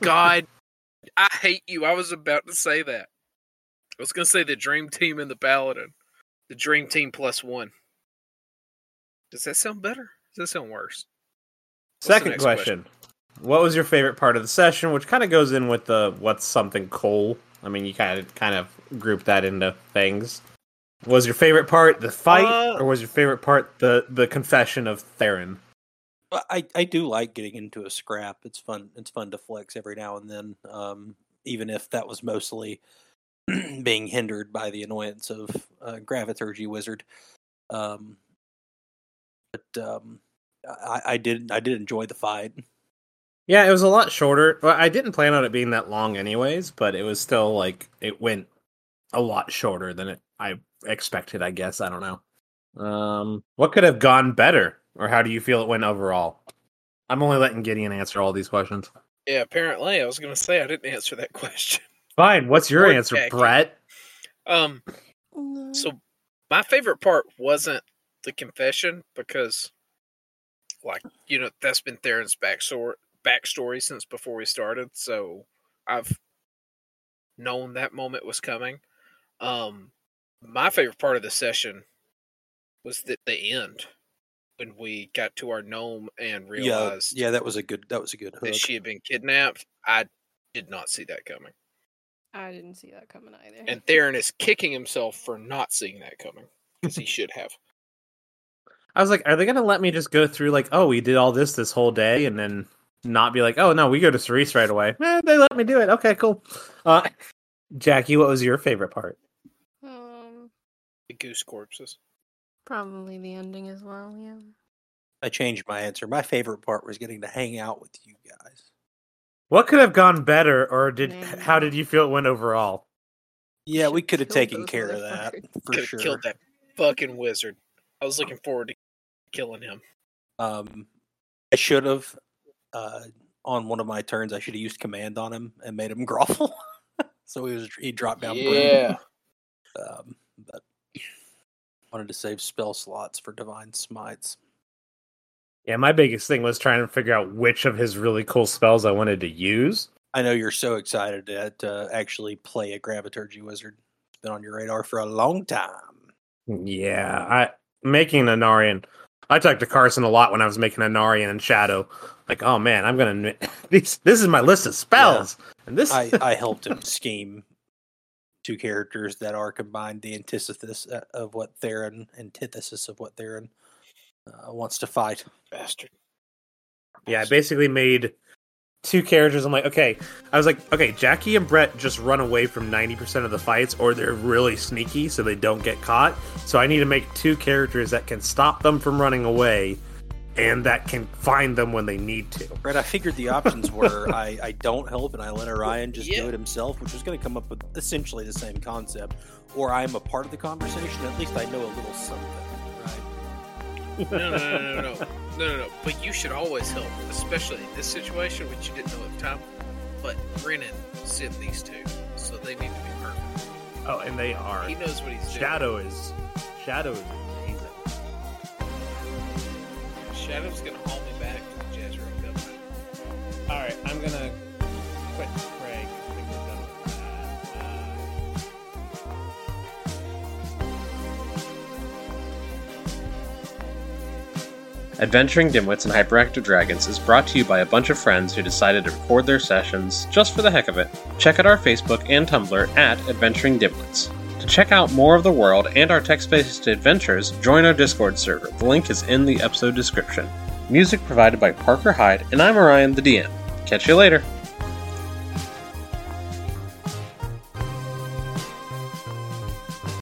D: God, I hate you. I was about to say that. I was going to say the dream team and the paladin. The dream team plus one. Does that sound better? Does that sound worse? What's the
B: Second
D: next
B: question. What was your favorite part of the session? Which kind of goes in with the what's something coal. I mean, you kind of kind of group that into things. Was your favorite part the fight,
D: Uh,
B: or was your favorite part the the confession of Theron?
C: But I, I do like getting into a scrap. It's fun. It's fun to flex every now and then, um, even if that was mostly being hindered by the annoyance of uh, Graviturgy Wizard. Um, but um, I, I did I did enjoy the fight.
B: Yeah, it was a lot shorter. Well, I didn't plan on it being that long, anyways. But it was still like it went a lot shorter than it I expected. I guess I don't know. Um, what could have gone better, or how do you feel it went overall? I'm only letting Gideon answer all these questions.
D: Yeah, apparently. I was going to say I didn't answer that question.
B: Fine. What's your
D: Or
B: answer,
D: Jackie.
B: Brett?
D: Um,
A: No.
D: so my favorite part wasn't the confession because, like, you know, that's been Theron's backstory, backstory since before we started. So I've known that moment was coming. Um, my favorite part of the session was the, the end when we got to our gnome and realized
C: Yeah, yeah, that was a good that was a good hook.
D: that she had been kidnapped. I did not see that coming.
A: I didn't see that coming either.
D: And Theron is kicking himself for not seeing that coming because he should have.
B: I was like, are they gonna let me just go through like, oh, we did all this this whole day, and then not be like, oh no, we go to Cerise right away. Eh, they let me do it. Okay, cool. Uh, Jackie, what was your favorite part?
A: um,
D: The goose corpses.
A: probably the ending as well. Yeah.
C: I changed my answer. My favorite part was getting to hang out with you guys.
B: What could have gone better, or did
A: Man.
B: how did you feel it went overall?
C: Yeah, we
A: Should've
C: could have
A: killed
C: taken
A: those
C: care of that
A: motherfuckers.
C: for
D: Could've
C: sure.
D: killed that fucking wizard. I was looking forward to killing him.
C: Um, I should have uh, on one of my turns. I should have used command on him and made him grovel. so he was he dropped down. prone.
D: Yeah.
C: Um, but wanted to save spell slots for divine smites.
B: Yeah, my biggest thing was trying to figure out which of his really cool spells I wanted to use.
C: I know you're so excited to, to actually play a graviturgy wizard. It's been on your radar for a long time.
B: Yeah, I making Anarian. I talked to Carson a lot when I was making Anarian and Shadow. Like, oh man, I'm gonna these. This is my list of spells, and this.
C: I, I helped him scheme two characters that are combined the antithesis uh, of what Theron antithesis of what Theron uh, wants to fight.
D: Bastard.
B: Yeah, I basically made two characters. I'm like, okay, I was like, okay, Jackie and Brett just run away from 90% of the fights, or they're really sneaky so they don't get caught. So I need to make two characters that can stop them from running away and that can find them when they need to.
C: Right, I figured the options were I, I don't help and I let Orion just
D: Yeah.
C: do it himself, which was going to come up with essentially the same concept, or I'm a part of the conversation. At least I know a little something, right?
D: No, no, no, no, no, no, no, no, no. But you should always help, especially in this situation, which you didn't know at the time. But Brennan sent these two, so they need to be perfect.
B: Oh, and they are.
D: He knows what he's doing.
B: Shadow is. Shadow is amazing.
D: Shadow's gonna haul me back to the Jazz Rock Company.
E: All right, I'm gonna quit Craig. I think we're done with that. Uh, Adventuring Dimwits and Hyperactive Dragons is brought to you by a bunch of friends who decided to record their sessions just for the heck of it. Check out our Facebook and Tumblr at Adventuring Dimwits. To check out more of the world and our text based adventures, join our Discord server. The link is in the episode description. Music provided by Parker Hyde, and I'm Orion, the DM. Catch you later.